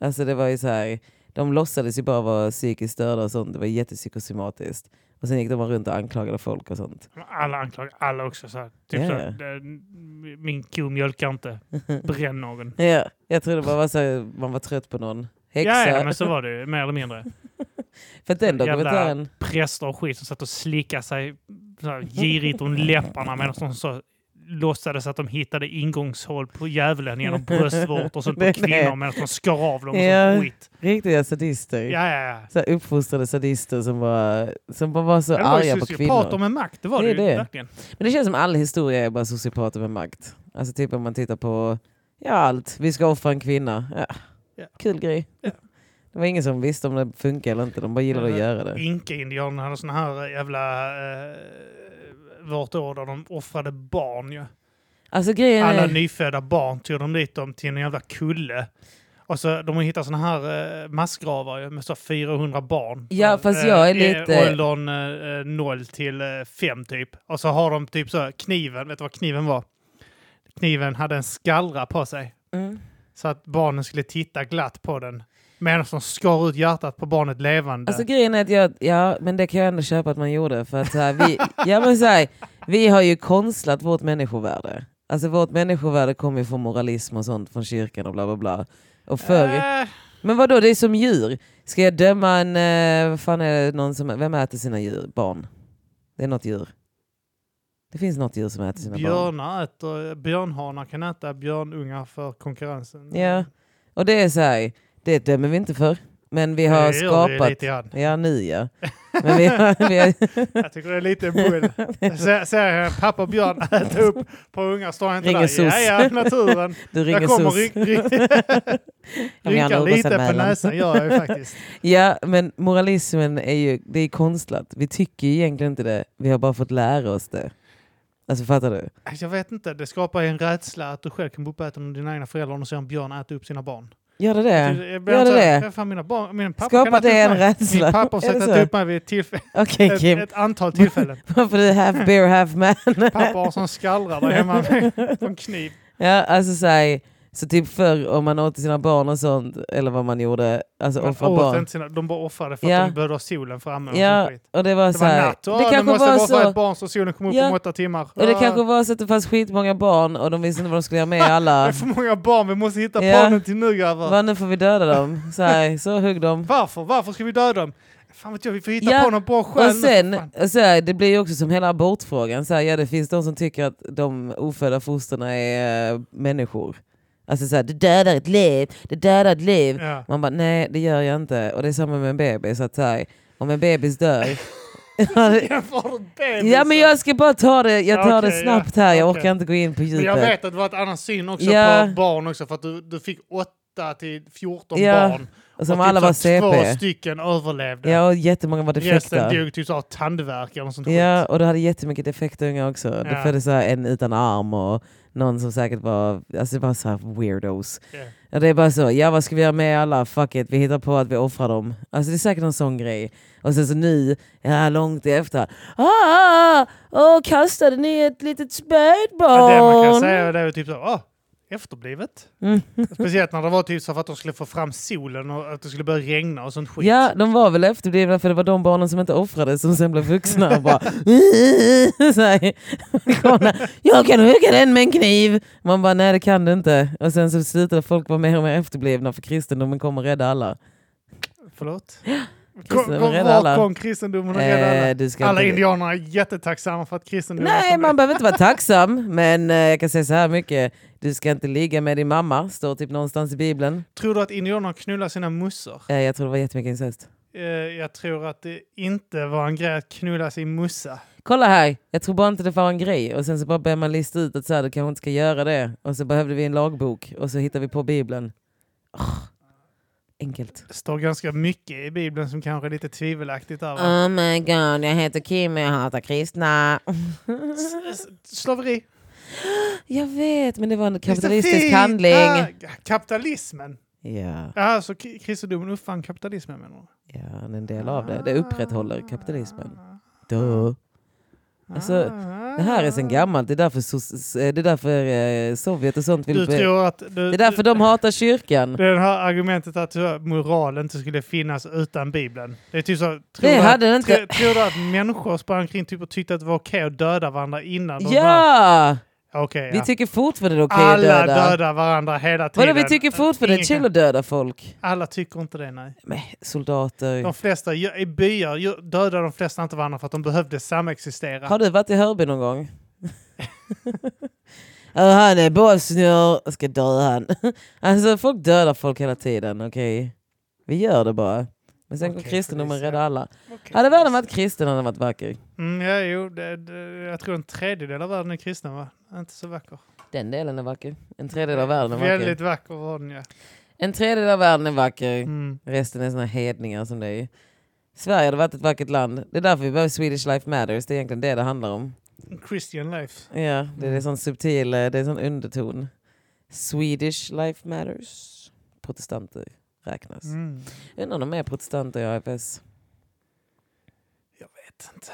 Alltså det var ju så här, de låtsades ju bara vara psykiskt störda och sånt. Det var jättepsykosomatiskt. Och sen gick de bara runt och anklagade folk och sånt. Alla anklagar alla också. Så här. Typ Ja, så ja. här, "Den- min ko mjölkar inte. Bränn någon. Ja, jag tror det bara var så här, man var trött på någon. Häxa. Ja, ja, men så var det ju, mer eller mindre. För att den Jävla- dokumentären, Präster och skit som satt och slickade sig så här, girigt om läpparna medan de så låtsades att de hittade ingångshål på djävulen genom bröstvårtor och sånt på Nej, kvinnor nej. medan de skar av dem och Ja. sånt skit. riktiga sadister. Ja, ja, ja. Så här uppfostrade sadister som bara, som bara var så Men Det var arga ju på kvinnor. sociopater med makt, det var Det det, är ju det. verkligen. Men det känns som all historia är bara sociopater med makt. Alltså typ om man tittar på, ja allt, vi ska offra en kvinna. Ja. Ja. Kul grej. Ja. Det var ingen som visste om det funkar eller inte, de bara gillade att Eller- göra det. Eh, Inka-indianerna hade såna här jävla... Eh, vart år där de offrade barn ju. Alltså grejen Alla är, nyfödda barn tog de dit dem till en jävla kulle. Och så, de har hittat såna här eh, massgravar ju, med så 400 barn. Ja, fast jag är Eh, eh, lite- Åldern eh, 0 till eh, 5 typ. Och så har de typ så här, kniven, vet du vad kniven var? Kniven hade en skallra på sig. mm. Så att barnen skulle titta glatt på den. Medan de skar ut hjärtat på barnet levande. alltså grejen är att jag, ja men det kan jag ändå köpa att man gjorde. För att så här, vi, ja, men så här, vi har ju konstlat vårt människovärde. Alltså vårt människovärde kommer ju från moralism och sånt från kyrkan och bla bla bla. Och förr, Eh, Men vadå, det är som djur. Ska jag döma en... eh, Vad fan är det någon som... Vem äter sina djur? Barn. Det är något djur. Det finns något djur som äter sina barn. Björnar äter, björnhanar kan äta björnungar för konkurrensen. Ja. Och det är så här, det dömer vi inte för. Men vi har Det gör vi skapat... lite grann. Ja, nu ja. Men vi har, vi har, Jag tycker det är lite bull. Jag Ser ser jag pappa Björn äta upp på ungar står inte Ringer där. SOS. Ja, ja, naturen. du Jag ringer kommer SOS. ryck, ryck, Ja, men jag har rycka en lite på orosanmälan. näsan gör jag ju faktiskt. Ja, men moralismen är ju det är konstlat. Vi tycker ju egentligen inte det. Vi har bara fått lära oss det. Alltså fattar du? Jag vet inte, det skapar ju en rädsla att du själv kan bo på äta med dina egna föräldrar och se en björn äta upp sina barn. Gör det det? Jag gör så det här, det? "Ja, Fan, mina barn, min pappa Skapar kan äta det upp en mig." rädsla? Min pappa har Är det försökt så? äta upp mig vid ett, tillf- Okej ett, Kim. ett antal tillfällen. Varför är du half bear, half man? Pappa har sån skallra där hemma med- på en kniv. Ja, alltså så, här, så typ förr om man åt sina barn och sånt, eller vad man gjorde, alltså Men offra åt barn. inte sina- De bara offrade för att Ja. de behövde ha solen framme. och Ja, sånt skit. och det var Det så var här, natt. Ja, Det, kanske måste var vara så... ett så, barn som solen kom upp Ja. om åtta timmar. och det Ah, kanske var så att det fanns skitmånga barn och de visste inte vad de skulle göra med Det är alla. för många barn, vi måste hitta Ja. barnen till nu grabbar. Vad nu får vi döda dem? Så, här, så hugg dem. Varför? Varför ska vi döda dem? Fan vet jag, vi får hitta Ja, på någon bra skäl. Och sen, Fan. så här, det blir ju också som hela abortfrågan, så här, ja det finns de som tycker att de ofödda fostren är eh, människor. Alltså så här, det dödar ett liv, det dödar ett liv. Ja. Man bara, nej det gör jag inte. Och det är samma med en bebis. Att, så här, om en bebis dör... Ja, det- Jämför du bebisen? ja men jag ska bara ta det, jag Ja, tar det okej, snabbt ja, här, jag okej. orkar inte gå in på Men jag djupet. vet att det var ett annan syn också Ja. på barn också för att du, du fick 8 till 14 Ja, barn. Och som och typ alla så var här Två CP. stycken överlevde. Ja och jättemånga var Resten defekta. dog typ så av tandvärk eller något sånt Ja skit. och du hade jättemycket defekta unga också. Det Ja. föddes så här en utan arm och någon som säkert var, alltså det var så här weirdos. Ja. Ja, det är bara så, ja vad ska vi göra med alla? Fuck it, vi hittar på att vi offrar dem. Alltså det är säkert någon sån grej. Och sen så nu, ja, långt efter, ah, åh, kastade ni ett litet Ja, det man kan spädbarn? säga det är typ så, ah, efterblivet. Mm. Speciellt när det var typ så för att de skulle få fram solen och att det skulle börja regna och sånt skit. Ja, de var väl efterblivna för det var de barnen som inte offrades som sen blev vuxna och bara... så här, kolla, jag kan hugga den med en kniv! Man bara, nej det kan du inte. Och sen så slutade folk vara mer och mer efterblivna för kristendomen kommer rädda alla. Förlåt? Kristendomen Kom- räddar alla. Var kom kristendomen och räddade alla? Eh, du ska Alla inte... indianer är jättetacksamma för att kristendomen Nej, kom man ut. behöver inte vara tacksam, men eh, jag kan säga så här mycket. Du ska inte ligga med din mamma, står typ någonstans i Bibeln. Tror du att indianer knullar sina mussor? Eh, jag tror det var jättemycket incest. Eh, jag tror att det inte var en grej att knulla sin mussa. Kolla här, jag tror bara inte det var en grej. Och sen så bara började man lista ut att så här, du kanske inte ska göra det. Och så behövde vi en lagbok och så hittade vi på Bibeln. Åh, Enkelt. Det står ganska mycket i Bibeln som kanske är lite tvivelaktigt där. va? Oh my god, jag heter Kim och jag hatar kristna. Mm. S- s- Slaveri. jag vet, men det var en kapitalistisk Kristoffer! Ah, handling. kapitalismen. Ja, Ja, så k- kristendomen uppfann kapitalismen menar du? ja, det är en del av det. Det upprätthåller kapitalismen. Ah. Duh. Alltså, Det här är sen gammalt. Det är därför, so- det är därför eh, Sovjet och sånt Du vill... tror att... Du, Det är därför de hatar kyrkan. Det är det här argumentet att eh, moral inte skulle finnas utan Bibeln. Det är typ så, tror, Det du, hade den att, inte. tror, tror du att människor sprang omkring typ och tyckte att det var okej att döda varandra innan? de var- Ja! Okej, Vi ja. tycker fortfarande det är okej att Alla döda. dödar varandra hela tiden. Vadå, vi tycker fortfarande det är Ingen kan- chill att döda folk? Alla tycker inte det, nej. Men soldater. De flesta gö- i byar gö- dödar de flesta inte varandra för att de behövde samexistera. Har du varit i Hörby någon gång? Ja, han är bosnier, jag ska dö han. alltså folk dödar folk hela tiden, okej? Vi gör det bara. Men sen kom Okej, kristendomen och polis, räddade alla. Okej. Hade världen varit kristen hade den varit vacker. Mm, ja, jo, det, det, jag tror en tredjedel av världen är kristna, va? Inte så vacker. Den delen är vacker. En tredjedel av världen är vacker. Väldigt vacker var den, ja. En tredjedel av världen är vacker. Mm. Resten är såna hedningar som dig. Sverige hade varit ett vackert land. Det är därför vi behöver Swedish Life Matters. Det är egentligen det det handlar om. Christian life. Ja, det Mm. är sån subtil, eh, det är sån underton. Swedish Life Matters. Protestanter räknas. Mm. Undrar om de är protestanter i AFS. Jag vet inte.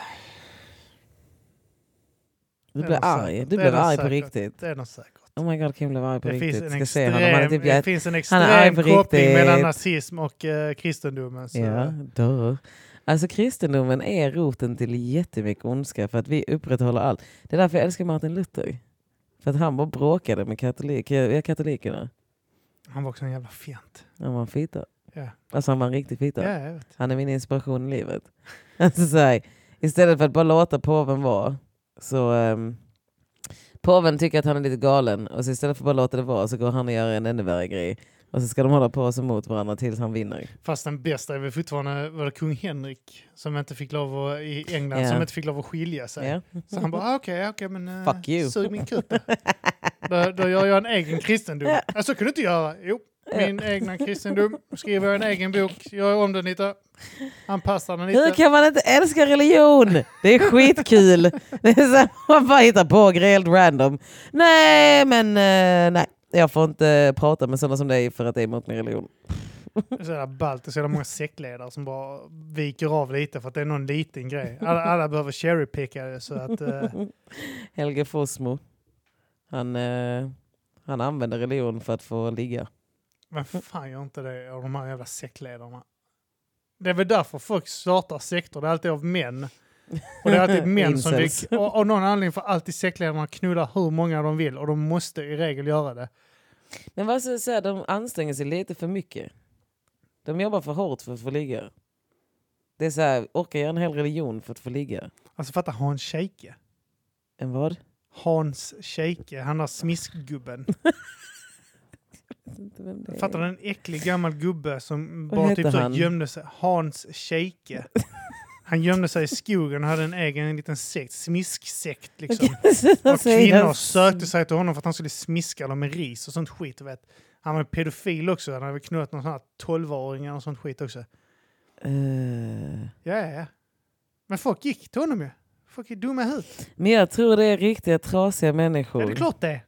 Du Det är blev nog arg. säkert. Du Det är blev nog arg på säkert. riktigt. Det är nog säkert. Oh my god, Kim blev arg på Det finns, riktigt. en Ska se honom. Han är extrem, typ det gett... finns en Han är arg extrem på koppling riktigt. mellan nazism och eh, kristendomen. Så. Ja, dör. Alltså kristendomen är roten till jättemycket ondska för att vi upprätthåller allt. Det är därför jag älskar Martin Luther. För att han bara bråkade med katolik, ja, katolikerna. Han var också en jävla fjant. Han var en fitta. Ja. Alltså han var en riktig fitta. Ja, jag vet. Han är min inspiration i livet. Alltså, så här, istället för att bara låta påven vara. Så, ehm, påven tycker att han är lite galen och så istället för att bara låta det vara så går han och gör en ännu värre grej. Och så ska de hålla på så mot varandra tills han vinner. Fast den bästa är väl fortfarande var det kung Henrik som inte fick lov att, i England Ja. som inte fick lov att skilja sig. Ja. Så han bara ah, okej, okej men eh, Fuck you. sug min kupa. då, då gör jag en egen kristendom. Ja. Så kunde du inte göra. Jo, min egna kristendom. Skriver jag en egen bok, gör om den lite, anpassar den lite. Hur kan man inte älska religion? Det är skitkul. Det är så här, man bara hittar på grejer helt random. Nej, men eh, nej. Jag får inte prata med sådana som dig för att det är emot min religion. Det är så jävla ballt. Det är så jävla många sektledare som bara viker av lite för att det är någon liten grej. Alla, alla behöver cherrypicka det så att... eh, Helge Fossmo. Han, eh, han använder religion för att få ligga. vem fan gör inte det av de här jävla sektledarna? Det är väl därför folk startar sektor. Det är alltid av män. Och det är alltid män som vill... Incels. Och av någon anledning får alltid sektledarna knulla hur många de vill och de måste i regel göra det. Men vad ska jag säga, de anstränger sig lite för mycket. De jobbar för hårt för att få ligga. Det är så här, orkar jag en hel religion för att få ligga? Alltså fatta Hans Scheike. En vad? Hans Scheike, han där smiskgubben. Inte vem det är. Fattar du en äcklig gammal gubbe som Vad bara heter typ så han? gömde sig? Hans Scheike. Han gömde sig i skogen och hade en egen liten sekt, smisksekt liksom. Sluta Och säga kvinnor s- sökte sig till honom för att han skulle smiska dem med ris och sånt skit. du Vet. Han var pedofil också, han hade väl knullat någon sån här 12-åringar och sånt skit också. Eh, Ja, ja, ja. Men folk gick till honom ju. Folk är dumma i huvudet. Men jag tror det är riktiga trasiga Ja, människor. det är klart det.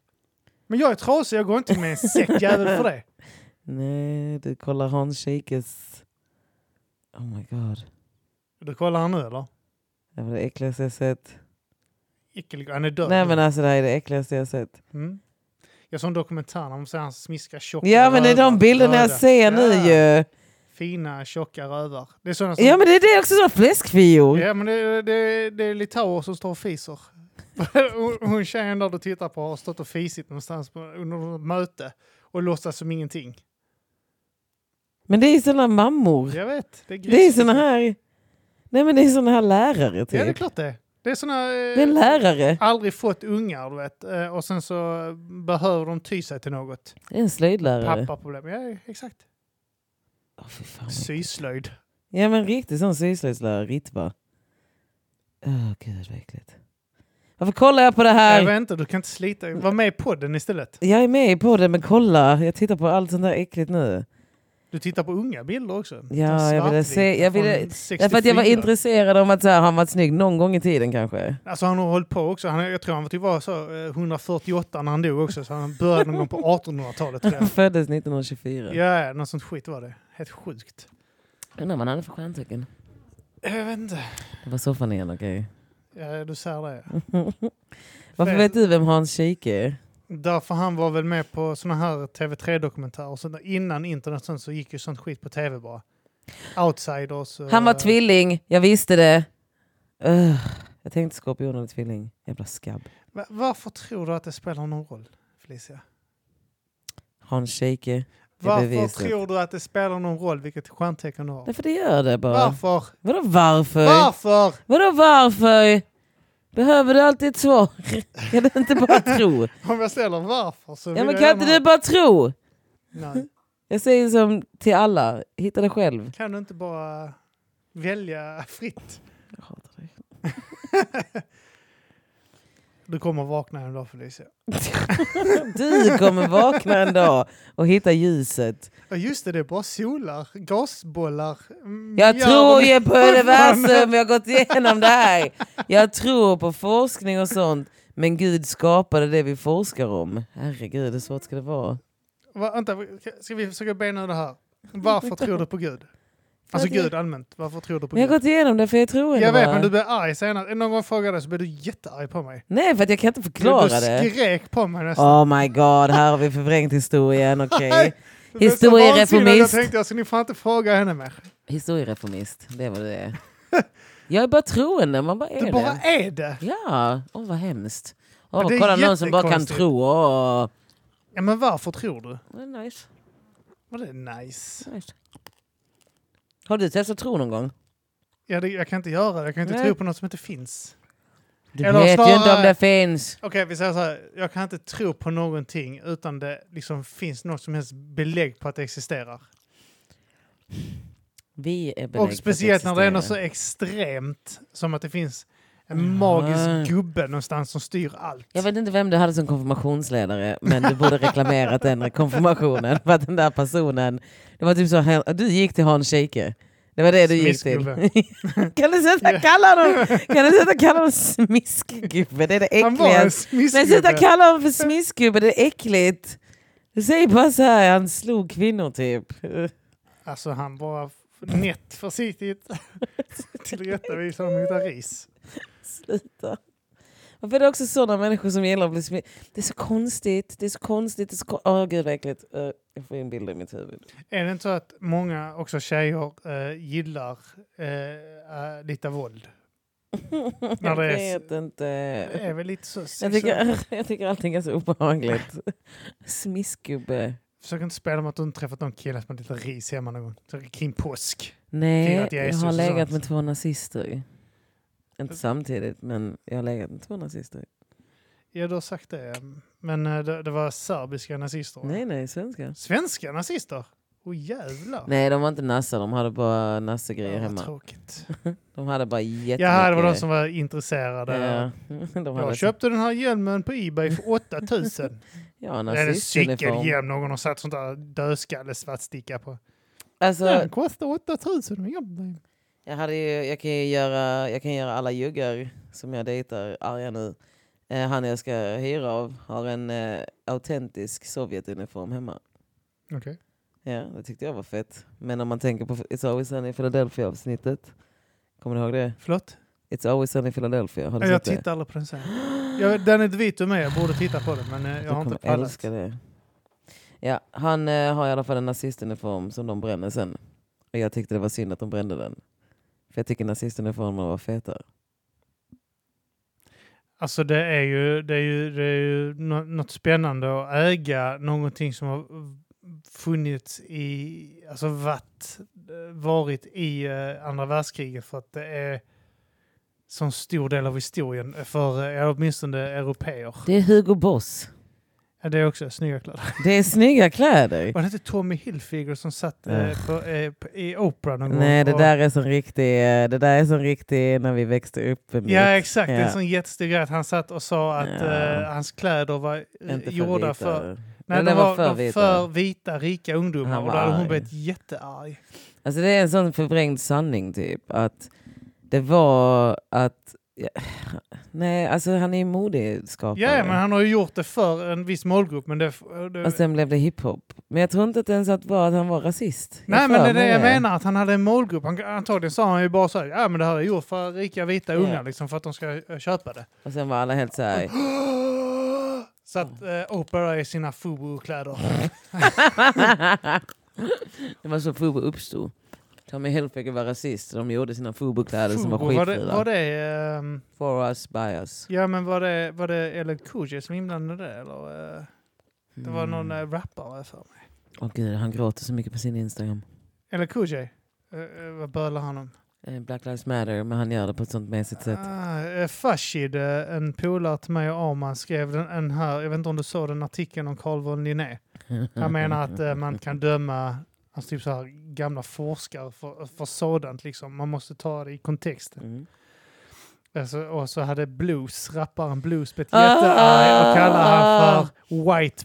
Men jag är trasig, jag går inte med en säck jävel för det. Nej, du kollar Hans Scheikes... Oh my god. Du kollar han nu eller? Det var det äckligaste jag sett. Äcklig, han är död. Nej men alltså det här är det äckligaste jag sett. Mm. Jag såg en dokumentär när de säger han smiskar tjocka Ja men det är rövar. de bilderna jag Röda. ser nu Ja. ju. Fina tjocka rövar. Det är sådana som... Ja men det är det också, så fläskfiol. Ja, men det, det, det är litauer som står och fiser. Hon- Hon tjejen där du tittar på har stått och fisit någonstans på, under något möte och låtsas som ingenting. Men det är sådana mammor. Jag vet. Det är, Det är såna här... Nej men det är såna här lärare Ja, det är typ. klart det. Det är såna... eh, Det är en lärare. Aldrig fått ungar, du vet. Eh, Och sen så behöver de ty sig till något. Det är en slöjdlärare. Pappaproblem. Ja, exakt. Oh Åh, fy fan. Syslöjd. Ja men riktigt sån syslöjdslärare, Ritva. Åh gud vad äckligt. Varför kollar jag på det Jag här? vet inte, du kan inte slita. Var med i podden istället. Jag är med i podden men kolla, jag tittar på allt sånt där äckligt nu. Du tittar på unga bilder också. Ja, jag ville Svartvit se- jag ville- från Därför att jag var 64. intresserad om att så här, har han varit snygg någon gång i tiden kanske. Alltså han har hållit på också. Han, jag tror han var typ var så eh, 148 när han dog också. Så han började någon gång på 1800-talet. tror jag. Han föddes 1924. Ja, ja, något sånt skit var det. Helt sjukt. Undrar vad han hade för stjärntecken. Jag vet inte. Det var soffan igen, okej. Ja, du säger det. Mm. Varför Fel. vet du vem Hans Kike är? Därför han var väl med på såna här TV3-dokumentärer. och sånt där. Innan internet sen så gick ju sånt skit på TV bara. Outsiders. och- Han var tvilling, jag visste det. Ugh, jag tänkte skorpion eller tvilling. Jävla skabb. Va- Varför tror du att det spelar någon roll, Felicia? Hans Kike. Det är Varför beviset. tror du att det spelar någon roll vilket stjärntecken du har? Därför det gör det bara. Varför? Vadå varför? Varför? Vadå varför? Behöver du alltid ett svar? Kan du inte bara tro? Om jag ställer varför så Ja, vill men jag kan inte gärna du bara tro? ha- Nej. Jag säger som till alla, hitta det själv. Kan du inte bara välja fritt? Jag hatar dig. Du kommer vakna en dag Felicia. Du kommer vakna en dag och hitta ljuset. Ja just det, det är bara solar, gasbollar. mm, Jag gör tror det. ju på universum, jag har gått igenom det här. Jag tror på forskning och sånt. Men Gud skapade det vi forskar om. Herregud, hur svårt ska det vara? Va, vänta, ska vi försöka bena ur det här? Varför tror du på Gud? Alltså För att- Gud allmänt, varför tror du på Men jag har Gud? gått igenom det för jag tror inte Jag vet bara. men du blir arg senare. Någon gång frågade jag dig så blev du jättearg på mig. Nej, för att jag kan inte förklara du, du det. skrek på mig nästan. Oh my god, här har vi förvrängt historien. Okej. Nej, Du blev så historiereformist. vansinnig att Jag tänkte jag ska ni får inte fråga henne mer. Historiereformist, det var det. Jag är bara troende, man bara är Du det. bara är det. Ja, åh vad hemskt. Åh, Men det är kolla någon som bara kan jättekonstigt. tro. Åh. Ja men varför tror du? Det är Nice, Var det nice? nice. Har du testat tro någon gång? Ja, det, jag kan inte göra det. Jag kan inte Nej. tro på något som inte finns. Du Eller vet ju inte om snarare- det finns. Okej, vi säger så här. Jag kan inte tro på någonting utan det liksom finns något som helst belägg på att det existerar. Vi är belägg för Och att speciellt när det är något så existera. extremt som att det finns en Mm. magisk gubbe någonstans som styr allt. Jag vet inte vem du hade som konfirmationsledare, men du borde reklamerat den konfirmationen. För att den där personen, det var typ så, här- du gick till Hans Scheike. Det var det du gick till. Smiskgubbe. kan du sluta kalla honom, kan du sluta kalla honom smiskgubbe? Det är det Han var en äckligaste. Men sluta smiskgubbe. kalla honom för smiskgubbe, det är äckligt. Du säger bara så här, han slog kvinnor typ. Alltså han bara f- nätt försiktigt tillrättavisade honom utan ris. Sluta. Varför är det också sådana människor som gillar att bli smiskgubbe? Det är så konstigt, det är så konstigt, det är så konstigt. Åh gud vad äckligt. Eh, Jag får in bilder i mitt huvud. Är det inte så att många, också tjejer, eh, gillar eh, eh, lite våld? När Jag det är- vet inte. Det är väl lite så Jag sexuellt. tycker, jag tycker allting är så obehagligt. Smiskgubbe. Försök inte spela med att du inte träffat någon kille som har lite ris hemma någon gång. Så Kring påsk. Nej, Firat jag Jesus har och legat sånt. med två nazister. Inte samtidigt, men jag har legat med två nazister. Ja, du har sagt det. Men eh, det, det var serbiska nazister. va? Nej, nej, svenskar. Svenska nazister? Åh jävlar. Nej, de var inte nassar, de hade bara nassegrejer Ja, vad hemma. tråkigt. De hade bara jättemycket. Jaha, det var de som var intresserade. Ja, de hade Jag köpte den här hjälmen på Ebay för 8000. ja, Det är en nazistuniform. cykelhjälm någon har satt sånt där dödskalle-svartsticka på. Alltså, Den kostar 8000. Ja, jag, hade ju, jag, kan ju göra, jag kan göra alla juggar som jag dejtar arga nu. Eh, han jag ska hyra av har en eh, autentisk Sovjetuniform hemma. Okej. Ja, det tyckte jag var fett. Men om man tänker på It's Always Sunny i Philadelphia-avsnittet. Kommer du ihåg det? Förlåt? It's Always Sunny i Philadelphia. Har du Jag sett Alltså, det? tittar aldrig på den sen. Jag, den är inte vit och med, jag borde titta på den men eh, jag har du inte kommer pallat. älska det. Ja, han eh, har i alla fall en nazistuniform som de bränner sen. Och jag tyckte det var synd att de brände den. För jag tycker nazistuniformerna var feta. Alltså det är ju, det är ju, det är ju nå- något spännande att äga någonting som har funnits i, alltså varit, varit i eh, andra världskriget för att det är sån stor del av historien för eh, åtminstone europeer. Det är Hugo Boss. Ja, det är också snygga kläder. Det är snygga kläder. Var det inte Tommy Hilfiger som satt eh, Ja. på, eh, på, i Oprah någon gång? Nej, det och- där är som riktig, eh, det där är som riktig när vi växte upp. emot. Ja, exakt. Det är Ja. En sån jättestor grej att han satt och sa att Ja. eh, hans kläder var eh, Inte för gjorda vita. för... Ja, Nej, de den var, för, vita. för vita, rika ungdomar. Han Och då var hade hon arg. blivit jättearg. Alltså det är en sån förvrängd sanning typ. Att det var att... Ja, nej, alltså han är ju modeskapare. Ja, ja, men han har ju gjort det för en viss målgrupp. Men det, eh, det, Och sen blev det hiphop. Men jag tror inte att det ens att var att han var rasist. nej, Jag men det för är det mig jag menar. Att han hade en målgrupp. Han, antagligen sa han ju bara så här, ja men det här är gjort för rika vita Ja. unga liksom för att de ska eh, köpa det. Och sen var alla helt så här... Så att eh, Oprah i sina FUBU-kläder. det var så Fubo uppstod. Tommy Hilfiger var rasist. De gjorde sina Fubo-kläder som var FUBU, var det, skitfula. var det, ehm, For us, by us. ja men var det, var det LL Cool J som inblandade det? Eller, eh, det var någon Mm. eh, rappare för mig. Åh gud, han gråter så mycket på sin Instagram. LL Cool J? Eh, eh, vad bölar han om? Eh, Black Lives Matter, men han gör det på ett sånt mesigt sätt. Ah, eh, Fashid, eh, en polare till mig och Arman, skrev den, en här, jag vet inte om du såg den artikeln om Carl von Linné. Mm. Han Ah, menar att eh, man kan döma alltså, typ så här, gamla forskare för, för sådant. Liksom. Man måste ta det i kontext. Mm. Alltså, och så hade Blues, rapparen Blues, blivit Ah! jättearg och kallar han för white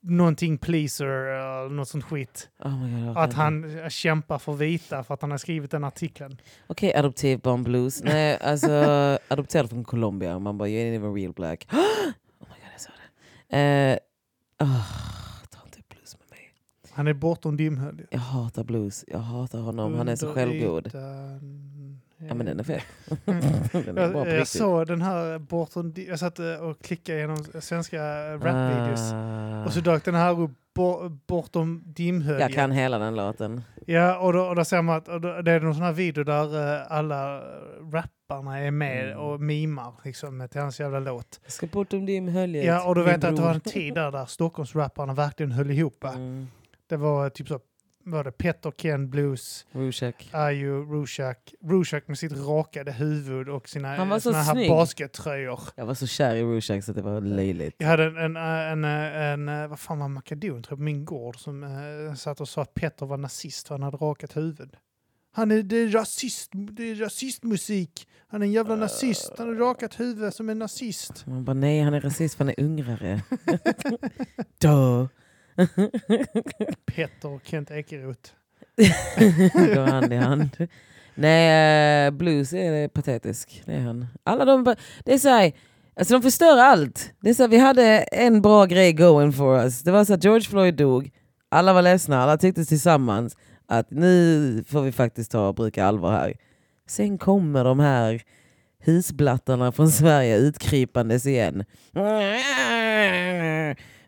någonting pleaser eller något sånt skit. Oh my God, jag orkar Att inte. han eh, kämpar för vita för att han har skrivit den artikeln. Okej, adoptivbarn blues. Nej, alltså adopterad från Colombia. Man bara, you ain't even real black. oh my god, jag sa det. Eh, ah, ta inte upp blues med mig. Han är bortom dimhöljet. Jag hatar blues. Jag hatar honom. Han är så Under självgod. ytan. Ja, men den är fet. den är bra Mm. Jag, på jag riktigt. såg den här bortom... di- Jag satt eh, och klickade igenom svenska rapvideos. Ah. Och så dök den här upp bo- bortom dimhöljet. jag kan hela den låten. Ja, och då, och då ser man att och då, det är någon sån här video där eh, alla rapparna är med Mm. och mimar liksom, till hans jävla låt. Jag ska bortom din hölje. Ja, och då vet jag att det var en tid där, där Stockholmsrapparna verkligen höll ihop. va? Mm. Det var eh, typ så, var det Petter, Ken, Blues, Rushek. Ayo, Rushak. Rushak med sitt rakade huvud och sina Han var eh, så såna här snygg. baskettröjor. Jag var så kär i Rushek så det var löjligt. Jag hade en, en, eh, en, eh, en, eh, vad fan var makadon tror jag, på min gård som eh, satt och sa att Petter var nazist för han hade rakat huvud. Han är, det, är rasist, det är rasistmusik! Han är en jävla nazist, han har rakat huvud som en nazist. Man bara, nej han är rasist för han är ungrare. Duh. Petter och Kent Ekeroth. Går hand i hand. Nej, eh, blues är patetisk. Det är han. Alla de, ba- det är så här, alltså de förstör allt. Det är så här, vi hade en bra grej going for us. Det var så att George Floyd dog. Alla var ledsna, alla tyckte tillsammans att nu får vi faktiskt ta och bruka allvar här. Sen kommer de här husblattarna från Sverige utkrypandes igen.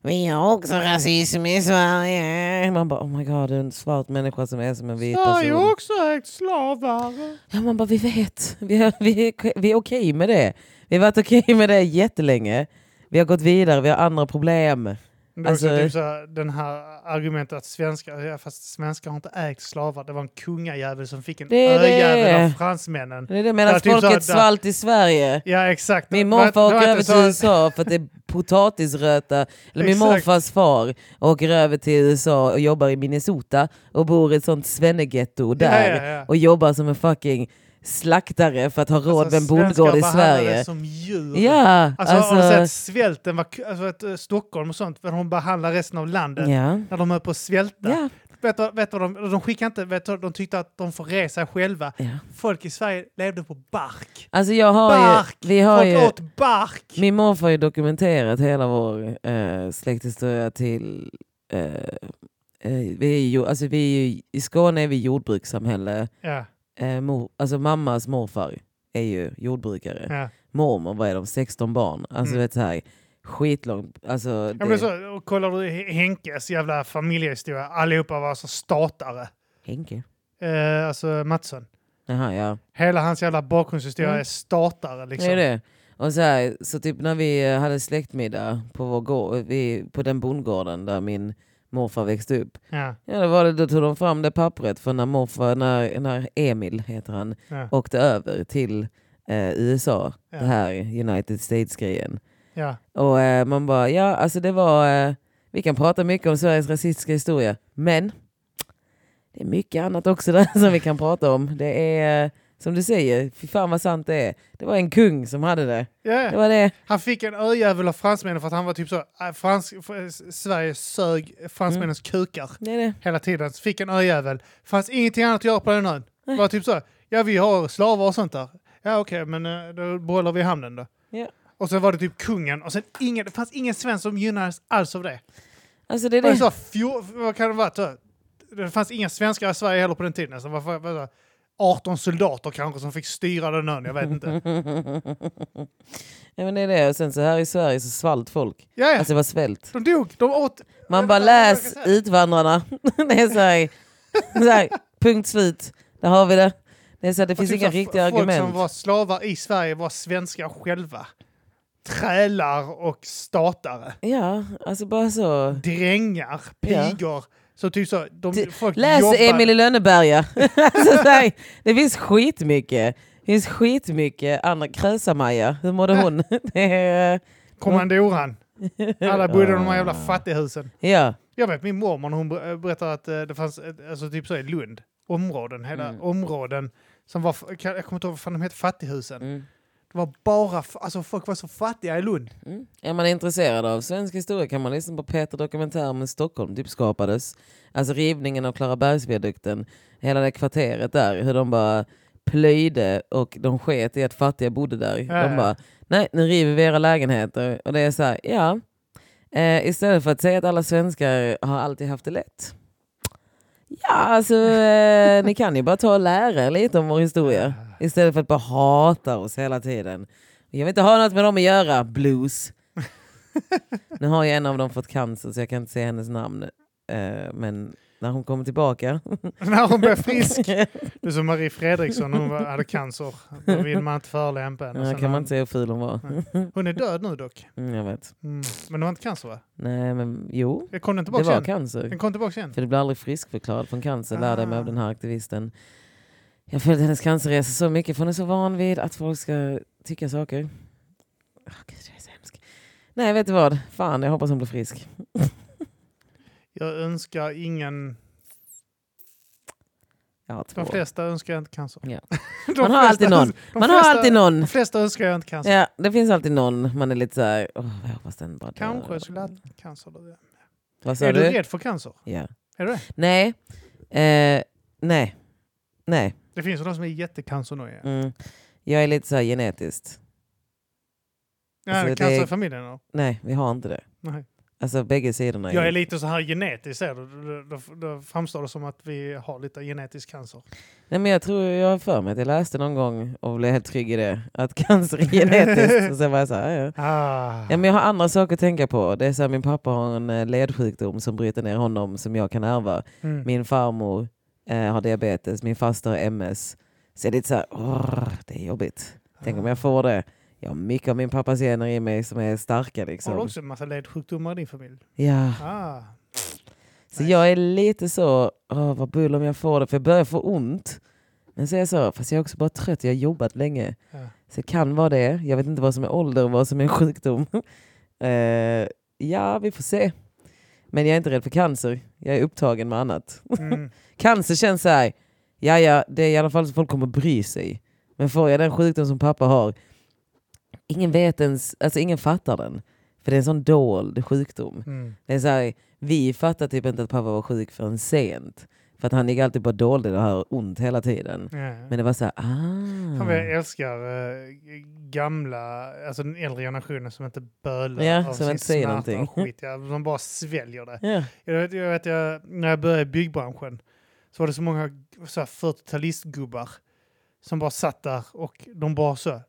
Vi har också rasism i Sverige. Man bara oh my god, det är en svart människa som är som en vit person. Sverige har också ägt slavar. Ja, man bara, vi vet. Vi, har, vi, är- vi är okej med det. Vi har varit okej med det jättelänge. Vi har gått vidare, vi har andra problem. Det var också Alltså- typ så här, den här argumentet att svenskar, ja, fast svenskar har inte ägt slavar, det var en kungajävel som fick en Det är det. öjävel av fransmännen. Det är det medan Ja, typ så folket här, där- svalt i Sverige. Ja exakt. Min Det var- morfar det var åker inte över så till här- USA för att det är potatisröta. Eller min Exakt. morfars far åker över till USA och jobbar i Minnesota och bor i ett sånt svennegetto där. Ja, ja, ja. Och jobbar som en fucking slaktare för att ha råd med en Alltså, bondgård svenskar i behandlades Sverige. som djur. Ja, Alltså, Har du alltså- sett svälten, var, alltså, att, eh, Stockholm och sånt, vad de behandlar resten av landet ja. när de höll på att svälta. Ja. Vet du, vet du, vad de, de skickar inte, vet du, de tyckte att de får resa själva. Ja. Folk i Sverige levde på bark. Alltså jag har Bark! ju... Vi har Folk ju, åt bark! Min morfar har ju dokumenterat hela vår eh, släkthistoria till... Eh, eh, vi är ju, alltså vi är ju, I Skåne är vi jordbrukssamhälle. Ja, Eh, mor, alltså mammas morfar är ju jordbrukare. ja. Mormor, vad är de? 16 barn. Alltså Mm. vet så här, skitlångt. Alltså, ja det, men så, och kollar du H- Henkes jävla familjehistoria, allihopa var alltså statare. Henke? Eh, alltså Mattsson. Jaha, ja. Hela hans jävla bakgrundshistoria Mm. är statare liksom. Det är det. Och så, här, så typ när vi eh, hade släktmiddag på, vår gård, vi, på den bondgården där min morfar växte upp. Ja, Ja, det var det. Då tog de fram det pappret för när morfar, när, när Emil heter han, ja, åkte över till eh, USA. Ja. Det här United States-grejen. ja. Och eh, man bara, ja alltså det var, eh, vi kan prata mycket om Sveriges rasistiska historia, men det är mycket annat också där som vi kan prata om. Det är eh, Som du säger, fy fan vad sant det är. Det var en kung som hade det. Det Ja. var det. Han fick en öjävel av fransmännen för att han var typ så... äh, Frans, f- Sverige sög fransmännens Mm. kukar det, är det. hela tiden. Så fick en öjävel. Fanns ingenting annat att göra på den ön. Det var typ så. Ja, vi har slavar och sånt där. Ja, okej, men eh, då behåller vi hamnen då. Ja. Och sen var det typ kungen och sen ingen, det fanns ingen svensk som gynnades alls av det. Alltså det är Det var det. så, fjol, vad kan det vara? Så, det fanns inga svenskar i Sverige heller på den tiden. Så vad fan- vad var det? 18 soldater kanske som fick styra den ön, jag vet inte. Ja, men det är det. Och sen så här i Sverige så svalt folk. Ja, ja. Alltså det var svält. de dog, de åt... Man bara läs Utvandrarna. Det är så här, så här, punkt slut. Där har vi det. Det, är så här, det Och finns typ inga så här, riktiga folk som argument. var slavar i Sverige var svenskar själva. Trälar och statare. Ja, alltså bara så. Drängar, Ja. pigor. Så typ så, de, Ty- folk Läs jobbade. Emil i Lönneberga. alltså, så här, det finns skitmycket. Det finns skitmycket. Anna Krösa-Maja, hur mådde hon? det är, Kommandoran. Alla bodde i de här jävla Ah. fattighusen. ja. Jag vet min mormor när hon ber- berättade att eh, det fanns ett, alltså typ så i Lund, områden, hela Mm. områden som var, f- jag kan- jag kommer inte ihåg vad fan de hette, fattighusen. Mm. Det var bara, f- alltså folk var så fattiga i Lund. Mm. Är man intresserad av svensk historia kan man lyssna på Peter Dokumentär om hur Stockholm typ skapades. Alltså rivningen av Klarabergsviadukten, hela det kvarteret där, hur de bara plöjde och de sket i att fattiga bodde där. Ja, De ja. bara, nej nu river vi era lägenheter. Och det är så här, ja. Eh, istället för att säga att alla svenskar har alltid haft det lätt. Ja, alltså eh, ni kan ju bara ta och lära er lite om vår historia. Istället för att bara hata oss hela tiden. Jag vill inte ha något med dem att göra, blues. nu har ju en av dem fått cancer så jag kan inte säga hennes namn. Eh, men när hon kommer tillbaka. När hon blev frisk. Det är som Marie Fredriksson, hon var, hade cancer. Då vill man inte förolämpa henne. Ja, Sen kan man hon- inte säga hur ful hon var. Hon är död nu dock. Mm, jag vet. Mm. Men det var inte cancer va? Nej men jo, Jag kom den tillbaka det var igen? Den cancer. kom tillbaka igen? För du blir aldrig friskförklarad från cancer, lärde jag mig av Ah. den här aktivisten. Jag följde hennes cancerresa så mycket för hon är så van vid att folk ska tycka saker. Åh Gud, jag är så hemsk. Nej, vet du vad? Fan, jag hoppas hon blir frisk. Jag önskar ingen... Jag har två. De flesta önskar jag inte cancer. Ja. De Man har flesta- alltid någon. de Man har flesta- alltid någon. De flesta önskar jag inte cancer. Ja, det finns alltid någon man är lite så här, åh, jag hoppas den bara dör." Kanske jag skulle ha haft cancer. då. Vad sa Är du du? rädd för cancer? Ja. Är du det? Nej. Eh, nej. Nej. Det finns ju de som är jättecancernöiga. Mm. Jag är lite så här genetiskt. Ja, Alltså, det- cancer i familjen? då? Nej, vi har inte det. Nej. Alltså bägge sidorna. Jag är lite så här genetiskt ser du. Då, då, då framstår det som att vi har lite genetisk cancer. Nej, men jag tror jag har för mig att jag läste någon gång och blev helt trygg i det. Att cancer är genetiskt. Och sen var jag så här, ja. ja. Ah. Ja, men jag har andra saker att tänka på. Det är så här, min pappa har en eh, ledsjukdom som bryter ner honom som jag kan ärva. Mm. Min farmor eh, har diabetes, min faster har MS. Så jag är lite så här, "Åh, det är jobbigt. Tänk om jag får det. Jag har mycket av min pappas gener i mig som är starka. Har du Liksom. också en massa ledsjukdomar i din familj? Ja. Ah. Så Nice. jag är lite så, åh, vad bull om jag får det, för jag börjar få ont. Men så är jag så, fast jag är också bara trött, jag har jobbat länge. Ja. Så det kan vara det. Jag vet inte vad som är ålder och vad som är sjukdom. Eh, ja, vi får se. Men jag är inte rädd för cancer. Jag är upptagen med annat. Mm. Cancer känns så här, ja ja, det är i alla fall så folk kommer bry sig. Men får jag den sjukdom som pappa har, ingen vet ens, alltså ingen fattar den. För det är en sån dold sjukdom. Mm. Det är så här, vi fattar typ inte att pappa var sjuk förrän sent. För att han gick alltid bara dolde det här ont hela tiden. Ja, ja. Men det var så här, Fan vad jag ah. älskar eh, gamla, alltså den äldre generationen som inte bölar Ja, av som sin inte säger smärta och någonting. skit. Ja, de bara sväljer det. Ja. Jag vet, jag vet jag, när jag började i byggbranschen så var det så många så här 40-talistgubbar som bara satt där och de bara så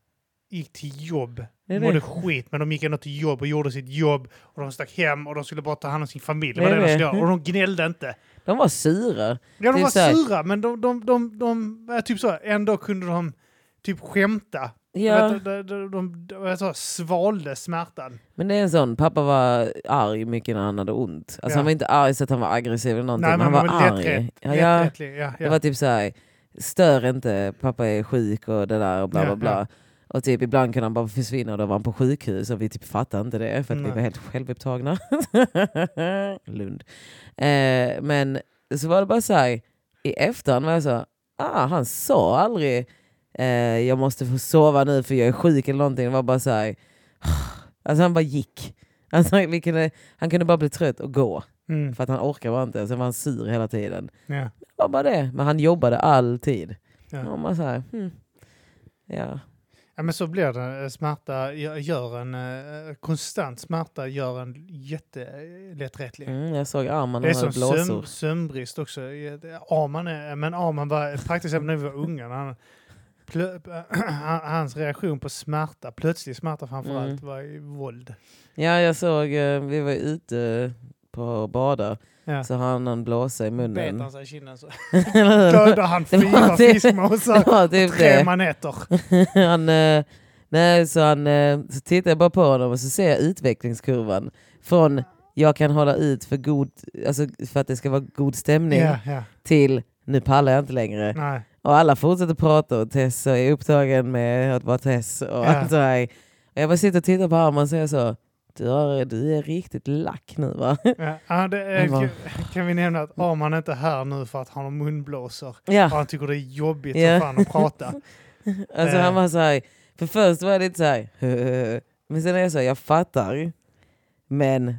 gick till jobb. Det är De det. mådde skit, men de gick ändå till jobb och gjorde sitt jobb. Och de stack hem och de skulle bara ta hand om sin familj. Det var Det det är de det. skulle göra. Och de gnällde inte. De var sura. Ja, de Typ var så här. sura, men de, de, de, de, de typ så här, ändå kunde de typ skämta. Ja. Vet, du, de, de, de, de, de så, svalde smärtan. Men det är en sån, pappa var arg mycket när han hade ont. Alltså Ja. han var inte arg så att han var aggressiv eller någonting, Nej, men men han de var var arg. lätträtt. Ja, ja. lätträttlig, ja, Det ja. var typ så här, stör inte, pappa är sjuk och det där och bla Ja, bla ja. bla. Och typ ibland kunde han bara försvinna och då var han på sjukhus och vi typ fattade inte det för att vi Nej. var helt självupptagna. Lund. Eh, men så var det bara så här, i efterhand var jag så här, ah han sa aldrig eh, jag måste få sova nu för jag är sjuk eller någonting. Det var bara så här, alltså han bara gick. Alltså, vi kunde, han kunde bara bli trött och gå, Mm. för att han orkar bara inte. Sen var han sur hela tiden. Ja. Det var bara det, men han jobbade alltid. Ja. Och man så här, hmm. ja. Ja, men så blir det. eh, Smärta gör- gör en... eh, Konstant smärta gör en jättelätträttlig. Mm, jag såg armen Det är och hade som sömn, blåsor. sömnbrist också. Arman är, men Arman var praktiskt när vi var unga. när Han, plö, hans reaktion på smärta, plötslig smärta framförallt, Mm. var ju våld. Ja, jag såg, eh, vi var ute på bada Ja. så hade han en blåsa i Bet munnen. han sig i kinden så Eller hur? dödade han Det var fyra det- fiskmåsar det var typ och tre det. manetter. han, eh, nej, så, han, eh, så tittar jag bara på honom och så ser jag utvecklingskurvan. Från jag kan hålla ut för, god, alltså, för att det ska vara god stämning Ja, ja. till nu pallar jag inte längre. Nej. Och alla fortsätter prata och Tess är upptagen med att vara Tess. Och Ja. allt det här. Och jag bara sitter och tittar på Arman och säger så. Du, har, du är riktigt lack nu va? Ja, ja, det, är- Det var- kan vi nämna att Arman är inte här nu för att han har munblåsor. ja. Och han tycker det är jobbigt Ja. som fan att prata. Alltså Eh. han var så här, för först var jag lite så här, men sen är jag så här, jag fattar, men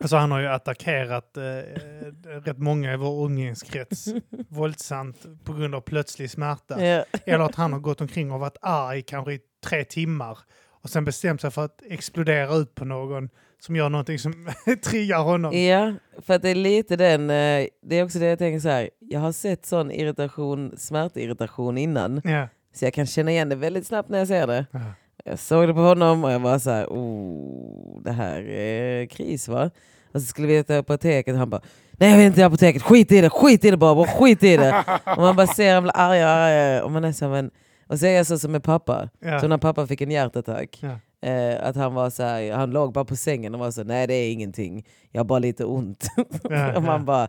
Alltså han har ju attackerat eh, rätt många i vår umgängeskrets våldsamt på grund av plötslig smärta. ja. Eller att han har gått omkring och varit arg kanske i tre timmar och sen bestämt sig för att explodera ut på någon som gör någonting som triggar honom. ja, för att det är lite den, eh, det är också det jag tänker så här, jag har sett sån irritation, smärtirritation innan, Ja. så jag kan känna igen det väldigt snabbt när jag ser det. Ja. Jag såg det på honom och jag var så här, oh, det här är kris va? Och så skulle vi till apoteket och han bara, nej jag vill inte till apoteket, skit i det, skit i det bara, bara skit i det. och man bara ser han blir argare och argare och man är så här, men... Och så är jag så som med pappa, Ja. så när pappa fick en hjärtattack, Ja. eh, att han var så här, han låg bara på sängen och var så nej det är ingenting, jag har bara lite ont. Ja, och man bara, ja.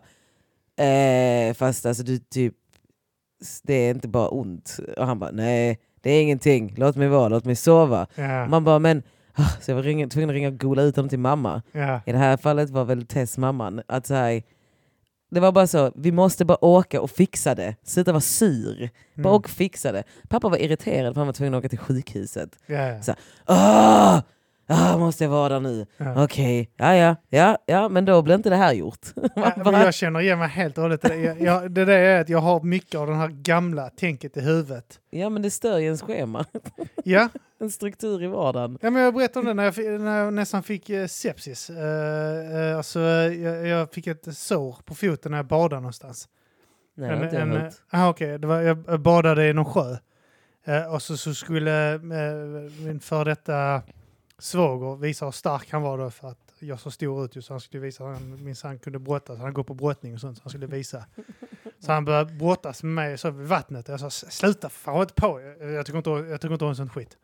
eh, fast alltså du typ, det är inte bara ont. Och han bara, nej det är ingenting, låt mig vara, låt mig sova. Ja. Man bara, men... ah, Så jag var ringa, tvungen att ringa och gola ut honom till mamma. Ja. I det här fallet var väl Tess mamman. Att så här, det var bara så, vi måste bara åka och fixa det. Sluta vara sur. Mm. Bara åk och fixa det. Pappa var irriterad för han var tvungen att åka till sjukhuset. Ja. Så- Ah! Ah, måste jag vara där nu? Ja. Okej, ja, ja, ja, ja, men då blir inte det här gjort. Ja, men jag känner igen mig helt och hållet. i det. Jag, jag, det där är att jag har mycket av det här gamla tänket i huvudet. Ja, men det stör ju ens schema. Ja, En struktur i vardagen. Ja, men jag berättade om det när jag, fi- när jag nästan fick eh, sepsis. Eh, eh, alltså, eh, jag, jag fick ett sår på foten när jag badade någonstans. Nej, det har inte jag en, hört. ah, okej. Det var, jag badade i någon sjö. Eh, och så, så skulle eh, min före detta svåger visa hur stark han var då för att jag så stor ut ju, så han skulle visa att han minsann kunde brottas. Han går på brottning och sånt så han skulle visa. Så han började brottas med mig så vid vattnet. Jag sa sluta för fan, håll inte på. Jag, jag tycker inte om- jag tycker inte om sånt skit.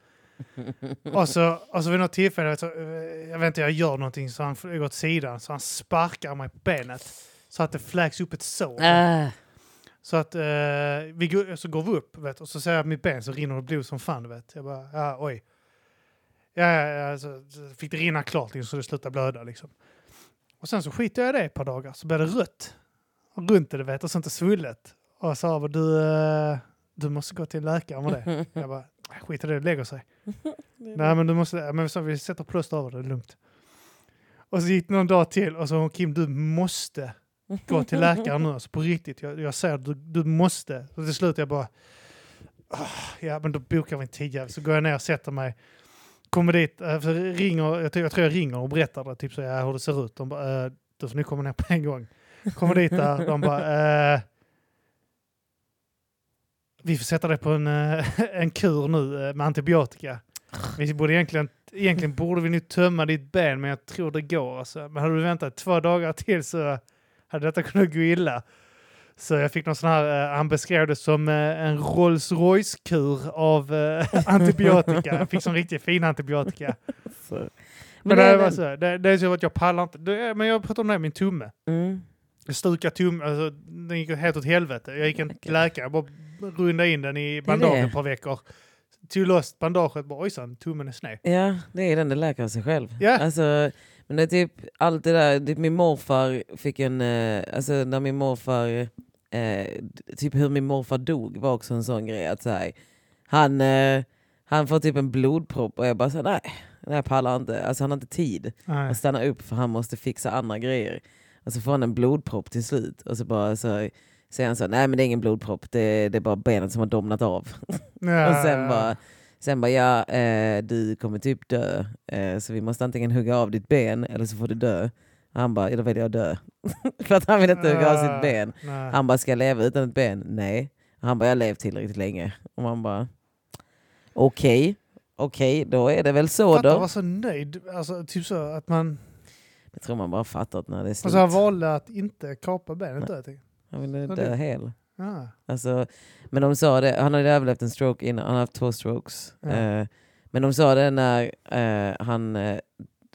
och, så, och så vid något tillfälle, så, eh, jag vet inte, jag gör någonting så han går åt sidan så han sparkar mig på benet så att det fläks upp ett sår. Ah, Så att eh, vi går, så går vi upp vet, och så ser jag att mitt ben så rinner det blod som fan. Vet. Jag bara, ja, oj. Ja, ja, ja, så, så fick det rinna klart liksom, så det slutade blöda. Liksom. Och sen så skiter jag i det ett par dagar så blir det rött. Och runt det vet, och sånt är svullet. Och sa bara, du, eh, du måste gå till läkaren med det. Jag bara, skit i det, det lägger sig. Nej men du måste, ja, men så, vi sätter plåster över det, det är lugnt. Och så gick det någon dag till och så hon Kim du måste gå till läkaren nu, alltså på riktigt. Jag, jag säger du, du måste. Och till slut jag bara, "Ah, ja men då bokar vi en tid jävel." Så går jag ner och sätter mig. Kommer dit, eh, så ringer, jag, tror- jag tror jag ringer och berättar det, typ så här, hur det ser ut. De bara, eh, då får ni komma ner på en gång. Kommer dit där, de bara, eh, vi får sätta dig på en, eh, en kur nu eh, med antibiotika. Vi borde egentligen, egentligen borde vi nu tömma ditt ben, men jag tror det går. Alltså. Men hade du väntat två dagar till så hade detta kunnat gå illa. Så jag fick någon sån här, eh, han beskrev det som eh, en Rolls Royce-kur av eh, antibiotika. Jag fick sån riktigt fin antibiotika. så. Men, Men det det, är var den- så, här, det, det är så att jag pallar inte. Det, är- men jag pratade om det, här, min tumme. Mm. Jag stukade tummen, alltså, den gick helt åt helvete. Jag gick inte till läkaren, jag bara rundade in den i bandage det. ett par veckor. Tog loss bandaget, bara ojsan, tummen är sned. Ja, det är den det läker av sig själv. Ja. Alltså, men det är typ allt det där. Typ min morfar fick en, eh, alltså när min morfar eh, d- typ hur min morfar dog var också en sån grej. Att så här, han, eh, han får typ en blodpropp och jag bara så här, nej, nej jag pallar inte. Alltså han har inte tid Nej. att stanna upp för han måste fixa andra grejer. Och så får han en blodpropp till slut och så bara så här, säger han så, nej men det är ingen blodpropp, det, det är bara benet som har domnat av. Ja. Och sen bara, sen bara ja, eh, du kommer typ dö. Eh, så vi måste antingen hugga av ditt ben eller så får du dö. Han bara, ja, då väljer jag dö. För att han vill inte hugga av sitt ben. Nej. Han bara, ska jag leva utan ett ben? Nej. Han bara, jag har levt tillräckligt länge. Och man bara, okej. Okej, då är det väl så Fattar att då. vara så nöjd. Alltså, typ så att man... Jag tror man bara fattat när det är slut. Alltså han valde att inte kapa benet Nej. då, jag tänker. ah. Han ville Ja, dö det- hel. Ja. Alltså, men de sa det, han hade överlevt en stroke innan, han har haft två strokes. Ja. Eh, men de sa det när eh, han eh,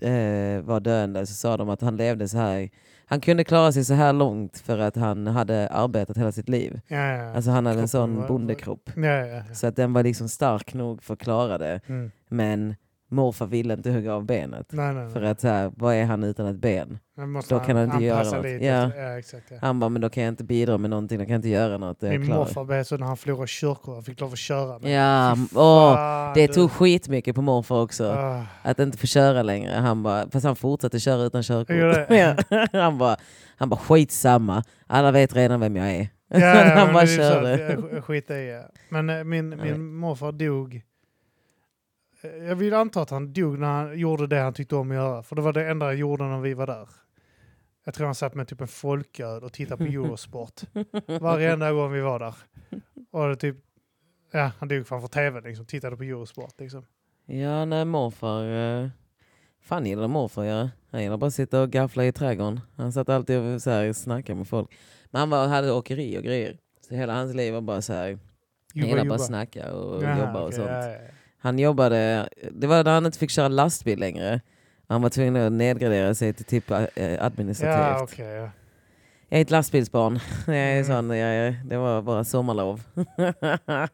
eh, var döende, så sa de att han levde så här. Han kunde klara sig så här långt för att han hade arbetat hela sitt liv. Ja, ja. Alltså han hade en Kroppen sån var- bondekropp. ja, ja, ja. Så att den var liksom stark nog för att klara det. Mm. Men morfar ville inte hugga av benet. Nej, nej, För nej. att så här, vad är han utan ett ben? Men måste då kan han inte göra anpassa något. lite Ja. efter- ja, exakt. Ja. Han bara, men då kan jag inte bidra med någonting, då kan jag inte göra något. Jag är Min klar." morfar blev så när han förlorade körkortet. Han fick lov att köra. men Ja, fy åh, fan, det du. tog skitmycket på morfar också. Ah. Att inte få köra längre. Han bara, fast han fortsatte köra utan körkort. Gjorde det? Ja. han bara, han bara skitsamma. Alla vet redan vem jag är. Ja, ja, han bara men det är ju så att körde. jag sk- Skit i ja. Men eh, min, Nej. min morfar dog. Eh, Jag vill anta att han dog när han gjorde det han tyckte om att göra. För det var det enda han gjorde när vi var där. Jag tror han satt med typ en folköl och tittade på Eurosport. Varenda gång vi var där. Och det typ, ja, han dog framför tvn liksom. Tittade på Eurosport liksom. Ja, nej morfar. eh, Fan gillar morfar göra. Han gillar bara att sitta och gaffla i trädgården. Han satt alltid och så här, snackade med folk. Men han var, hade åkeri och grejer. Så hela hans liv var bara så här. Han gillar bara att snacka och Jaha, jobba och okej, sånt. ja, ja, ja. Han jobbade, det var när han inte fick köra lastbil längre. Han var tvungen att nedgradera sig till typ eh, administrativt. Ja, okej. ja. Jag är ett lastbilsbarn. Jag är Mm. sån, jag är, det var våra sommarlov.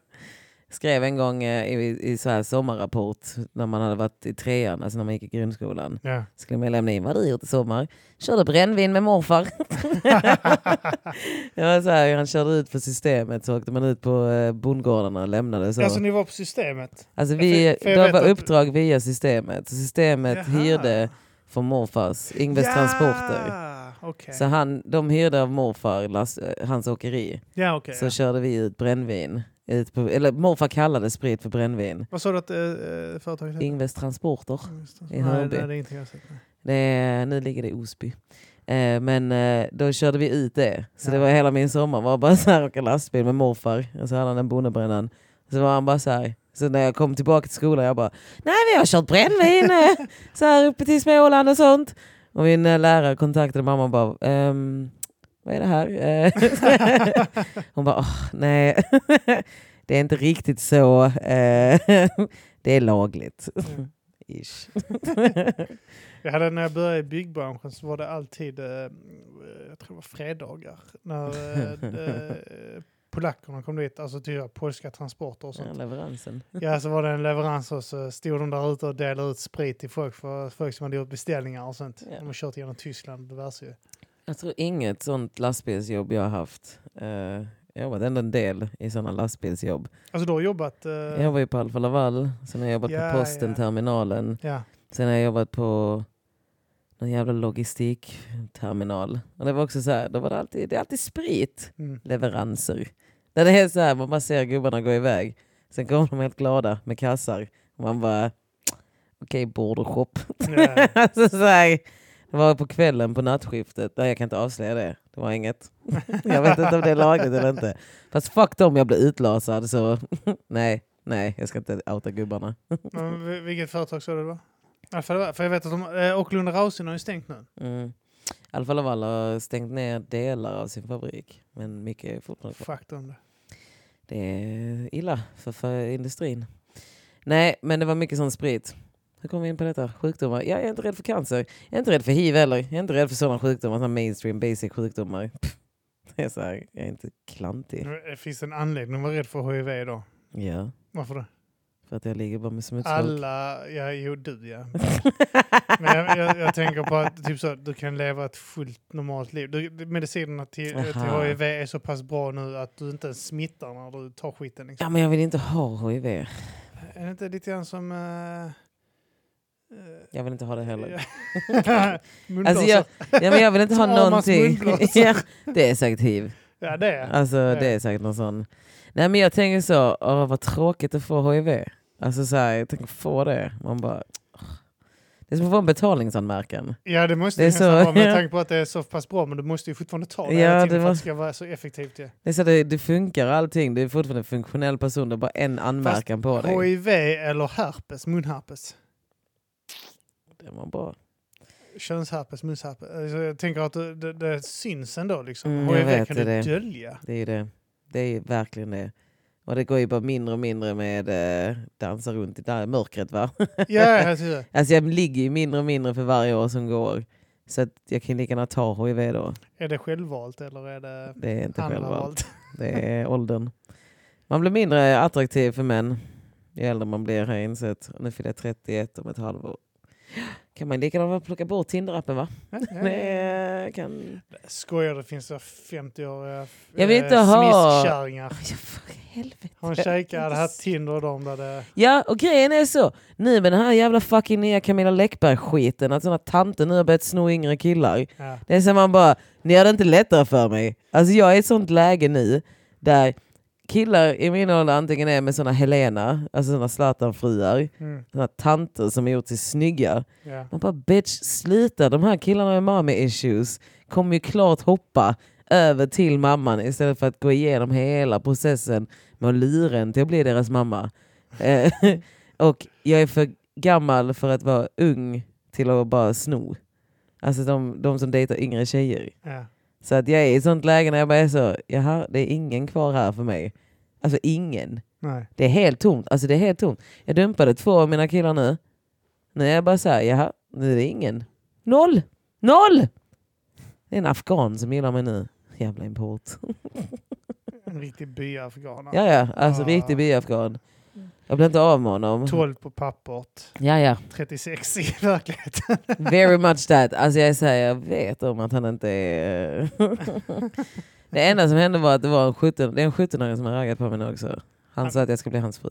Skrev en gång eh, i, i så här sommarrapport när man hade varit i trean, alltså när man gick i grundskolan. Ja. Skulle man lämna in, vad har du gjort i sommar? Körde brännvin med morfar. jag var så här, han körde ut för systemet så åkte man ut på eh, bondgårdarna och lämnade. Så. Alltså ni var på systemet? Alltså vi, För- för jag det vet var att- uppdrag via systemet. Så Systemet Jaha. hyrde från morfars Ingves Transporter. Ja, okej. Så han, de hyrde av morfar last, eh, hans åkeri. Ja, okej. Så körde vi ut brännvin. Ut på, eller morfar kallade sprit för brännvin. Vad sa du att eh, eh, företaget hette? Ingves Transporter. Just det. i Nej, Hörby. nej, det är ingenting jag har sett. nej. Det är, nu ligger det i Osby. Eh, men eh, då körde vi ut det. Så det Ja. var hela min sommar. var bara så här åka lastbil med morfar. Och så hade han en bonnebrännan. Så var han bara så här. Så när jag kom tillbaka till skolan jag bara Nej vi har kört brännvin eh, så här uppe till Småland och sånt. Och min eh, lärare kontaktade mamma och bara ehm, Vad är det här? Eh, Hon bara "Åh, nej Det är inte riktigt så. Eh, det är lagligt. Mm. Ish. Jag hade när jag började i byggbranschen så var det alltid, eh, jag tror det var fredagar, när eh, eh, polackerna kom dit, alltså till att göra polska transporter och Ja, sånt. leveransen. Ja, så var det en leverans och så stod de där ute och delade ut sprit till folk, för folk som hade gjort beställningar och sånt. Ja. De har kört genom Tyskland och diverse ju. Jag tror inget sånt lastbilsjobb jag har haft. Eh, jag har jobbat ändå en del i sådana lastbilsjobb. Alltså du har jobbat, eh, Jag jobbar ju på Alfa Laval, sen har jag jobbat Ja, på posten, ja. terminalen. ja. Sen har jag jobbat på någon jävla logistikterminal. Och det var också så här, då var det alltid, det är alltid sprit, Mm. leveranser. Där det är så här, man bara ser gubbarna gå iväg. Sen kommer de helt glada med kassar. Och man bara, okej bord och shop. ja. alltså, så här, det var på kvällen på nattskiftet. Nej, jag kan inte avslöja det. Det var inget. jag vet inte om det är lagligt eller inte. Fast fuck dem, jag blev utlasad. Så nej, nej, jag ska inte outa gubbarna. Men vil- vilket företag sa du det var? Alfa Laval, för jag vet att de, eh, Åkerlund och Rausing har ju stängt nu. Mm. Alfa Laval har stängt ner delar av sin fabrik. Men mycket är fortfarande kvar. Fuck dem. Det är illa för, för industrin. Nej, men det var mycket sån sprit. Hur kom vi in på detta? Sjukdomar? Ja, jag är inte rädd för cancer. Jag är inte rädd för hiv heller. Jag är inte rädd för sådana sjukdomar, sådana mainstream basic sjukdomar. Pff, Det är så här, jag är inte klantig. Mm. Nu, eh, Finns det en anledning att vara rädd för HIV då? Ja. Varför det? För att jag ligger bara med smutsfolk. Alla, ja jo du ja. Men jag, jag, jag tänker på att typ så, du kan leva ett fullt normalt liv. Du, medicinerna till, eh, till Aha. HIV är så pass bra nu att du inte ens smittar när du tar skiten. Liksom. Ja men jag vill inte ha hiv. Är det inte lite grann som... eh, eh, Jag vill inte ha det heller. Munblåsa. Alltså jag, ja, men jag vill inte ha Som Armans någonting. munblåsa. ja, det är säkert hiv. Ja, det är Alltså det är säkert någon sån. Nej men jag tänker så, åh, vad tråkigt att få hiv. Alltså så här, jag tänker få det. Man bara... åh. Det är som att få en betalningsanmärkan. Ja, det måste Det är ju nästan så, vara med ja. tanke på att det är så pass bra, men du måste ju fortfarande ta det Ja, hela tiden det för att var- det ska vara så effektivt. Ja. Det, är så det, det funkar allting, det är fortfarande en funktionell person, det är bara en anmärkan på dig. HIV eller herpes, munherpes, Det var bra. könsherpes, munherpes. Alltså, jag tänker att det, det, det syns ändå liksom. Mm, jag HIV vet kan du det. dölja. Det är ju det. Det är ju verkligen det. Och det går ju bara mindre och mindre med eh, dansa runt i där, mörkret va? Ja, jag ser det. Alltså jag ligger ju mindre och mindre för varje år som går. Så att jag kan ju lika gärna ta HIV då. Är det självvalt eller är det Det är inte andra självvalt. valt? Det är åldern. Man blir mindre attraktiv för män ju äldre man blir har jag insett. Och nu fyller jag 31 om ett halvår. Kan man lika gärna plocka bort Tinder-appen va? Ja, ja. Det kan... Skojar, det finns så 50-åriga Jag vill eh, inte ha- smiskkärringar. Ja, för helvete. Hon käkar det här Tinder och dem där det... Ja, och grejen är så. Nu med den här jävla fucking nya Camilla Läckberg-skiten, att såna tanter nu har börjat sno yngre killar. Ja. Det är så man bara, ni gör det inte lättare för mig. Alltså jag är i ett sånt läge nu där killar i min ålder antingen är med såna Helena, alltså såna Zlatan-fruar, Mm, såna tanter som har gjort sig snygga. ja. Man bara bitch, sluta. De här killarna med mommy issues kommer ju klart hoppa över till mamman istället för att gå igenom hela processen med att lura en till att bli deras mamma. Eh, och jag är för gammal för att vara ung till att bara sno. Alltså de, de som dejtar yngre tjejer. Ja. Så att jag är i ett sånt läge när jag bara är så, jaha, det är ingen kvar här för mig. Alltså ingen. Nej. Det är helt tomt. Alltså det är helt tomt. Jag dumpade två av mina killar nu. Nu är jag bara såhär, jaha, nu är det ingen. Noll! Noll! Det är en afghan som gillar mig nu. Jävla import. En riktig byafghan. Ja, ja, alltså Ah. riktig byafghan. Jag blir inte av med honom. 12 på pappret, Ja, ja. 36 i verkligheten. Very much that. Alltså jag säger, jag vet om att han inte är... det enda som hände var att det var en 17 det är en 17-åring som har raggat på mig nu också. Han sa att jag ska bli hans fru.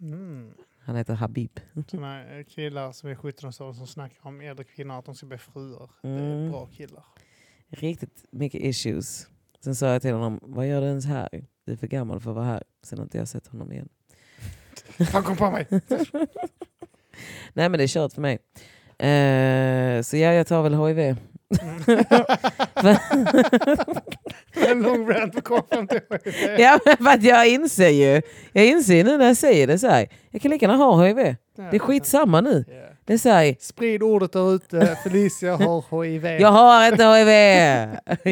Mm. Han heter Habib. Såna eh, killar som är 17 år som snackar om äldre kvinnor att de ska bli fruar. Det är Mm. bra killar. Riktigt mycket issues. Sen sa jag till honom, vad gör du ens här? Du är för gammal för att vara här. Sen har inte jag sett honom igen. Han kom på mig! Nej men det är kört för mig. Eh, så ja, jag tar väl HIV. en lång rant på kåpan till HIV. Ja, men för att jag inser ju. Jag inser ju nu när jag säger det så här. Jag kan lika gärna ha HIV. Det är skitsamma nu. Ja. Det är så här, Sprid ordet där ute. Felicia har HIV. jag har inte HIV!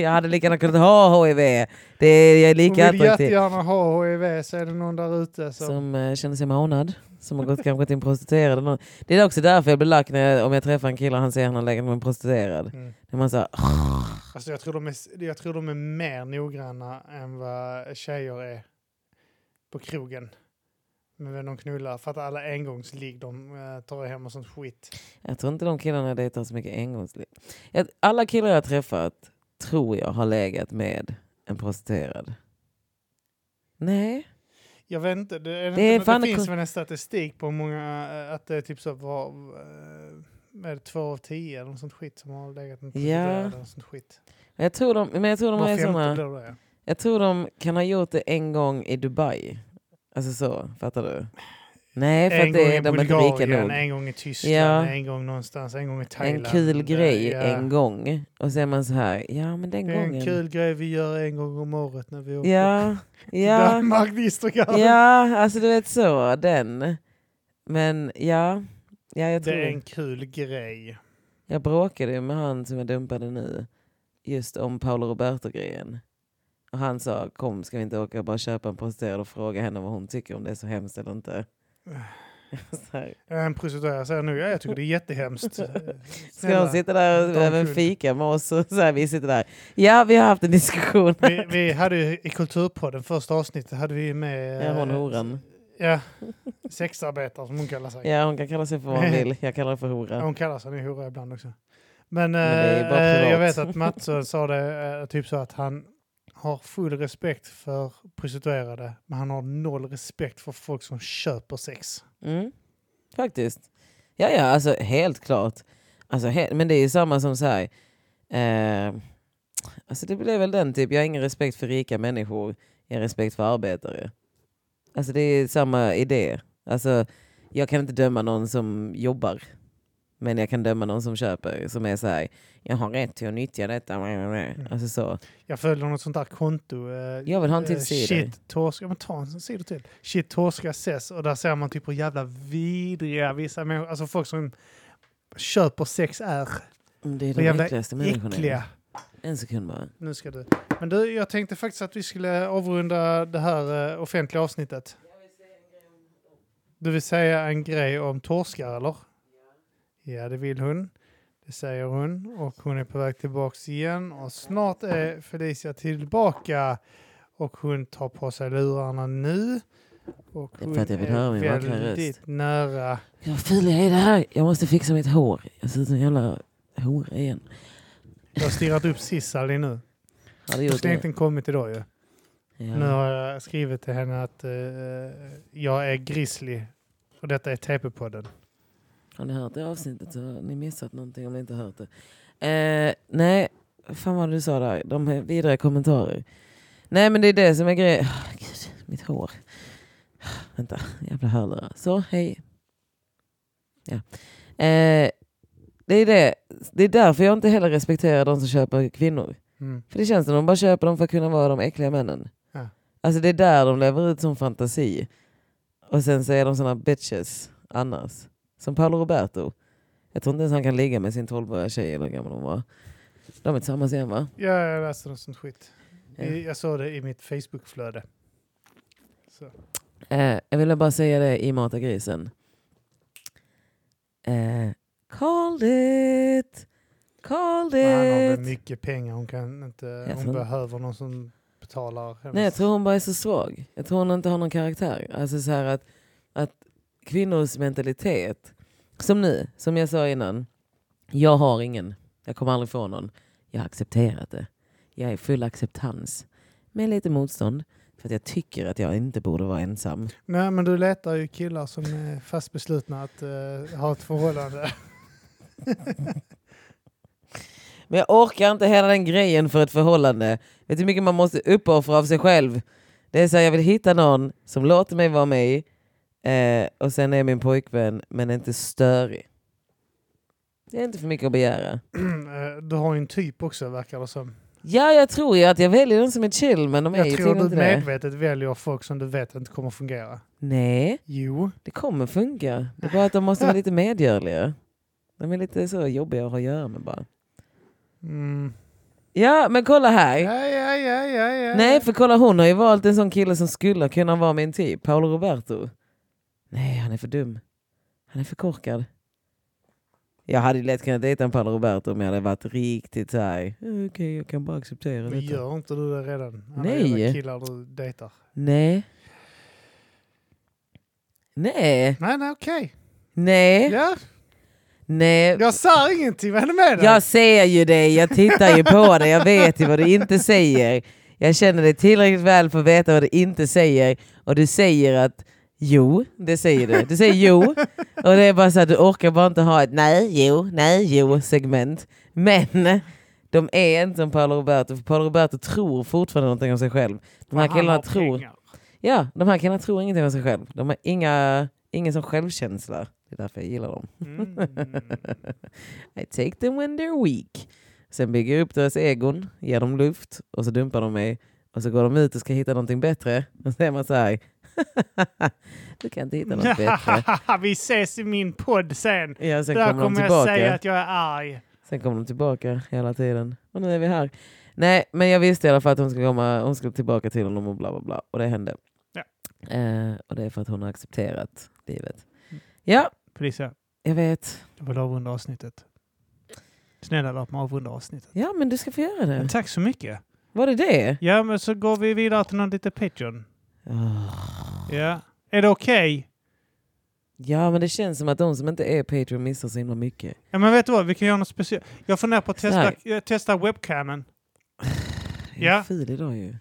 Jag hade lika gärna kunnat ha HIV. Det är, jag är Hon lika vill attraktiv. jättegärna ha HIV så är det någon där ute som... Som eh, känner sig manad. Som har gått kanske till en prostituerad. eller något. Det är också därför jag blir lack när jag, om jag träffar en kille och han säger att han har legat med en prostituerad. Mm. När man säger Alltså jag, tror de är, jag tror de är mer noggranna än vad tjejer är på krogen. Med vem de knullar. För att alla engångsligg de eh, tar hem och sånt skit. jag tror inte de killarna jag dejtar har så mycket engångsliv. Jag- Alla killar jag har träffat tror jag har legat med en prostituerad. Nej. Jag vet inte, det, är det, Det är inte, fan- det finns väl en statistik på hur många, eh, att det är typ så var, eh, är det två av tio eller något sånt skit som har legat Ja. med prostituerade eller något sånt skit. Men jag tror de, men jag tror de Var är femte såna, blir det ja. Jag tror de kan ha gjort det en gång i Dubai. Alltså så, fattar du? Nej, för En att gång det, i de är inte rika Bulgarien, nog. en gång i Tyskland, Ja. en gång någonstans, en gång i En Thailand. kul grej Ja. en gång. Och så är man så här, ja men den Det är en gången. kul grej vi gör en gång om året när vi åker Ja, till ja, Danmark, Listergarden. ja, alltså du vet så, den. Men ja, ja jag Det tror är en kul grej. Jag bråkade ju med han som jag dumpade nu just om Paolo Roberto-grejen. Och han sa kom ska vi inte åka och bara köpa en prostituerad och fråga henne vad hon tycker om det är så hemskt eller inte. Så här, En prostituerad säger nu, ja jag tycker det är jättehemskt. Ska Snälla, hon sitta där och de över en kunde. fika med oss och så här, vi sitter där. Ja vi har haft en diskussion. vi, vi hade ju i Kulturpodden första avsnittet hade vi med... Är hon eh, horan? Ja, sexarbetare som hon kallar sig. Ja, hon kan kalla sig för vad hon vill. Jag kallar henne för Ja, hora. Hon kallar sig en hora ibland också. Men, Men det är bara eh, privat. jag vet att Mats sa det eh, typ så att han har full respekt för prostituerade, men han har noll respekt för folk som köper sex. Mm. Faktiskt. Ja, ja, alltså helt klart. Alltså, he- men det är ju samma som så här. Eh, alltså det blir väl den typ, jag har ingen respekt för rika människor, jag har respekt för arbetare. Alltså det är samma idé. Alltså jag kan inte döma någon som jobbar. Men jag kan döma någon som köper som är så här, jag har rätt till att nyttja detta. Mm. Alltså så. Jag följer något sånt där konto. eh, Jag vill ha en till eh, sida. Shit, torska, men ta en sån sida till. Shit, torska ses och där ser man typ hur jävla vidriga vissa människor, alltså folk som köper sex är. Mm, Det är Hur de jävla äckligaste människorna. äckliga. En sekund bara. Nu ska du. Men du, jag tänkte faktiskt att vi skulle avrunda det här eh, offentliga avsnittet. Du vill säga en grej om torskar, eller? Ja, det vill hon. Det säger hon. Och hon är på väg tillbaks igen. Och snart är Felicia tillbaka. Och hon tar på sig lurarna nu. Och Det är för hon att jag vill är höra min vackra väldigt nära. Jag ful jag är det här. Jag måste fixa mitt hår. Jag ser ut som en jävla hora igen. Jag har stirrat upp Sissali nu. Har du Hon gjort skulle det? egentligen kommit idag ju. Nu Ja. har jag skrivit till henne att eh, jag är grizzly och detta är TP-podden. Har ni hört det avsnittet så har ni missat någonting om ni inte har hört det. Eh, nej, fan vad du sa där. De här vidriga kommentarer. Nej men det är det som är grejen. Ah, Gud, mitt hår. Ah, Vänta, jävla hörlurar. Så, hej. Ja. Eh, det, är det. det är därför jag inte heller respekterar de som köper kvinnor. Mm. För det känns som de bara köper dem för att kunna vara de äckliga männen. Ja. Alltså det är där de lever ut som fantasi. Och sen så är de såna bitches annars. Som Paolo Roberto. Jag tror inte ens han kan ligga med sin 12-åriga tjej eller hur gammal hon var. De är tillsammans igen va? Ja, jag läste något sånt skit. Ja. I- Jag såg det i mitt Facebook-flöde. Så. Eh, jag ville bara säga det i Mata grisen. Eh, called it! Called Men Han har it! väl mycket pengar. Hon, kan inte, Jag hon tror- behöver någon som betalar hennes... Nej, jag tror hon bara är så svag. Jag tror hon inte har någon karaktär. Alltså så här att, att kvinnors mentalitet, som nu, som jag sa innan. Jag har ingen. Jag kommer aldrig få någon. Jag har accepterat det. Jag är full acceptans. Med lite motstånd. För att jag tycker att jag inte borde vara ensam. Nej, men du letar ju killar som är fast beslutna att eh, ha ett förhållande. Men jag orkar inte hela den grejen för ett förhållande. Vet du hur mycket man måste uppoffra av sig själv? Det är så här, jag vill hitta någon som låter mig vara mig eh, och sen är min pojkvän men inte störig. Det är inte för mycket att begära. Eh, du har ju en typ också, verkar det som. Ja, jag tror ju att jag väljer den som är chill men de är ju Jag tror tydligen du inte det. medvetet väljer folk som du vet inte kommer fungera. Nej, Jo. det kommer funka. Det är bara att de måste vara lite medgörliga. De är lite så jobbiga att ha att göra med bara. Mm. Ja, men kolla här. Ja, ja, ja, ja, ja. Nej, för kolla hon har ju valt en sån kille som skulle kunna vara min typ. Paolo Roberto. Nej, han är för dum. Han är för korkad. Jag hade ju lätt kunnat dejta en Paolo Roberto om jag hade varit riktigt så här. "Eh, Okej, jag kan bara acceptera Men detta. gör inte du det redan? Alla Nej. jävla killar du dejtar. Nej. Nej. Nej, nej, okej. Nej. Ja, Nej. jag sa ingenting. Vad är det med dig? Jag ser ju dig, jag tittar ju på dig, jag vet ju vad du inte säger. Jag känner dig tillräckligt väl för att veta vad du inte säger. Och du säger att jo, det säger du. Du säger jo. Och det är bara så att du orkar bara inte ha ett nej, jo, nej, jo segment. Men de är inte som Paolo Roberto, för Paolo Roberto tror fortfarande någonting om sig själv. De här Han har killarna tror, pengar. ja, de här killarna tror ingenting om sig själv. De har inga, ingen som självkänsla. Det är därför jag gillar dem. Mm. I take them when they're weak. Sen bygger jag upp deras egon, ger dem luft och så dumpar de mig. Och så går de ut och ska hitta någonting bättre. Och så är man så här. du kan inte hitta något bättre. Vi ses i min podd sen. Ja, sen Där kommer de kommer jag säga tillbaka. att jag är arg. Sen kommer de tillbaka hela tiden. Och nu är vi här. Nej, men jag visste i alla fall att hon skulle, komma, hon skulle tillbaka till honom och bla bla bla. Och det hände. Ja. Eh, och det är för att hon har accepterat livet. Mm. Ja, Felicia, jag vet. jag vill avrunda avsnittet. Snälla låt mig avrunda avsnittet. Ja, men du ska få göra det. Tack så mycket. Var det det? Ah. Ja, men så går vi vidare till någon lite Patreon. Åh, Ja. Är det okej? Ja, men det känns som att de som inte är Patreon missar så himla mycket. Ja, men vet du vad, vi kan göra något speciellt. Jag funderar på att testa, Nej. eh, testa webcamen. Jag är Ja. fil idag ju.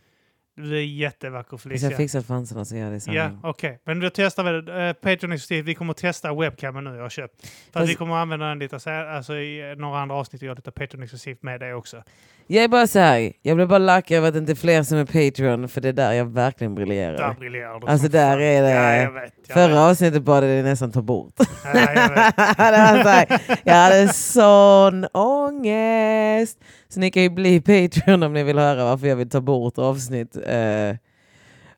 Du är jättevacker Alltså, jag Felicia. fixar fansen så jag det är Ja, sanning. okej. Men då testar vi det. Eh, Patreon exklusivt. Vi kommer att testa webcamen nu jag har köpt. För att Fast- vi kommer att använda den lite så här, alltså i eh, några andra avsnitt och göra lite Patreon exklusivt med det också. Jag är bara så här. jag blir bara lack över att det inte är fler som är Patreon, för det är där jag verkligen Där briljerar. briljerar du. Alltså som där fan. är det- Ja, jag vet. Jag vet. Förra avsnittet bad det nästan ta bort. Ja, jag vet. det var så här, jag hade sån ångest. Så ni kan ju bli Patreon om ni vill höra varför jag vill ta bort avsnitt. Eh,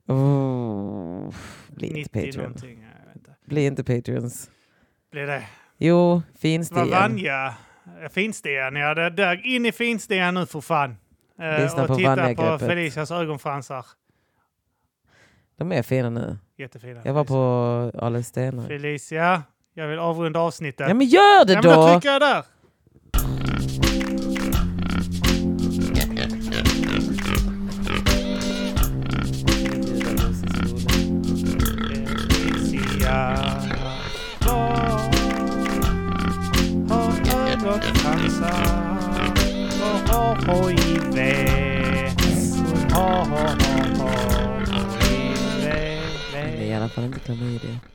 oh, bli inte 90 Patreon. någonting. ja, Jag vet inte. Bli inte Patreons. Blir det? Jo, finns det Vad vann igen. jag? Eh, Finsten, ja. Det där, in i finsten nu för fan. Eh, Lyssna och på titta på Vanja-greppet. Felicias ögonfransar. De är fina nu. Jättefina. Jag var på Ale Stenhag. Felicia, jag vill avrunda avsnittet. Ja men gör det Ja, men då då! trycker jag där. Felicia, var har ögonfransar? Var har hiv? Har hiv? Men i alla fall inte klamydia.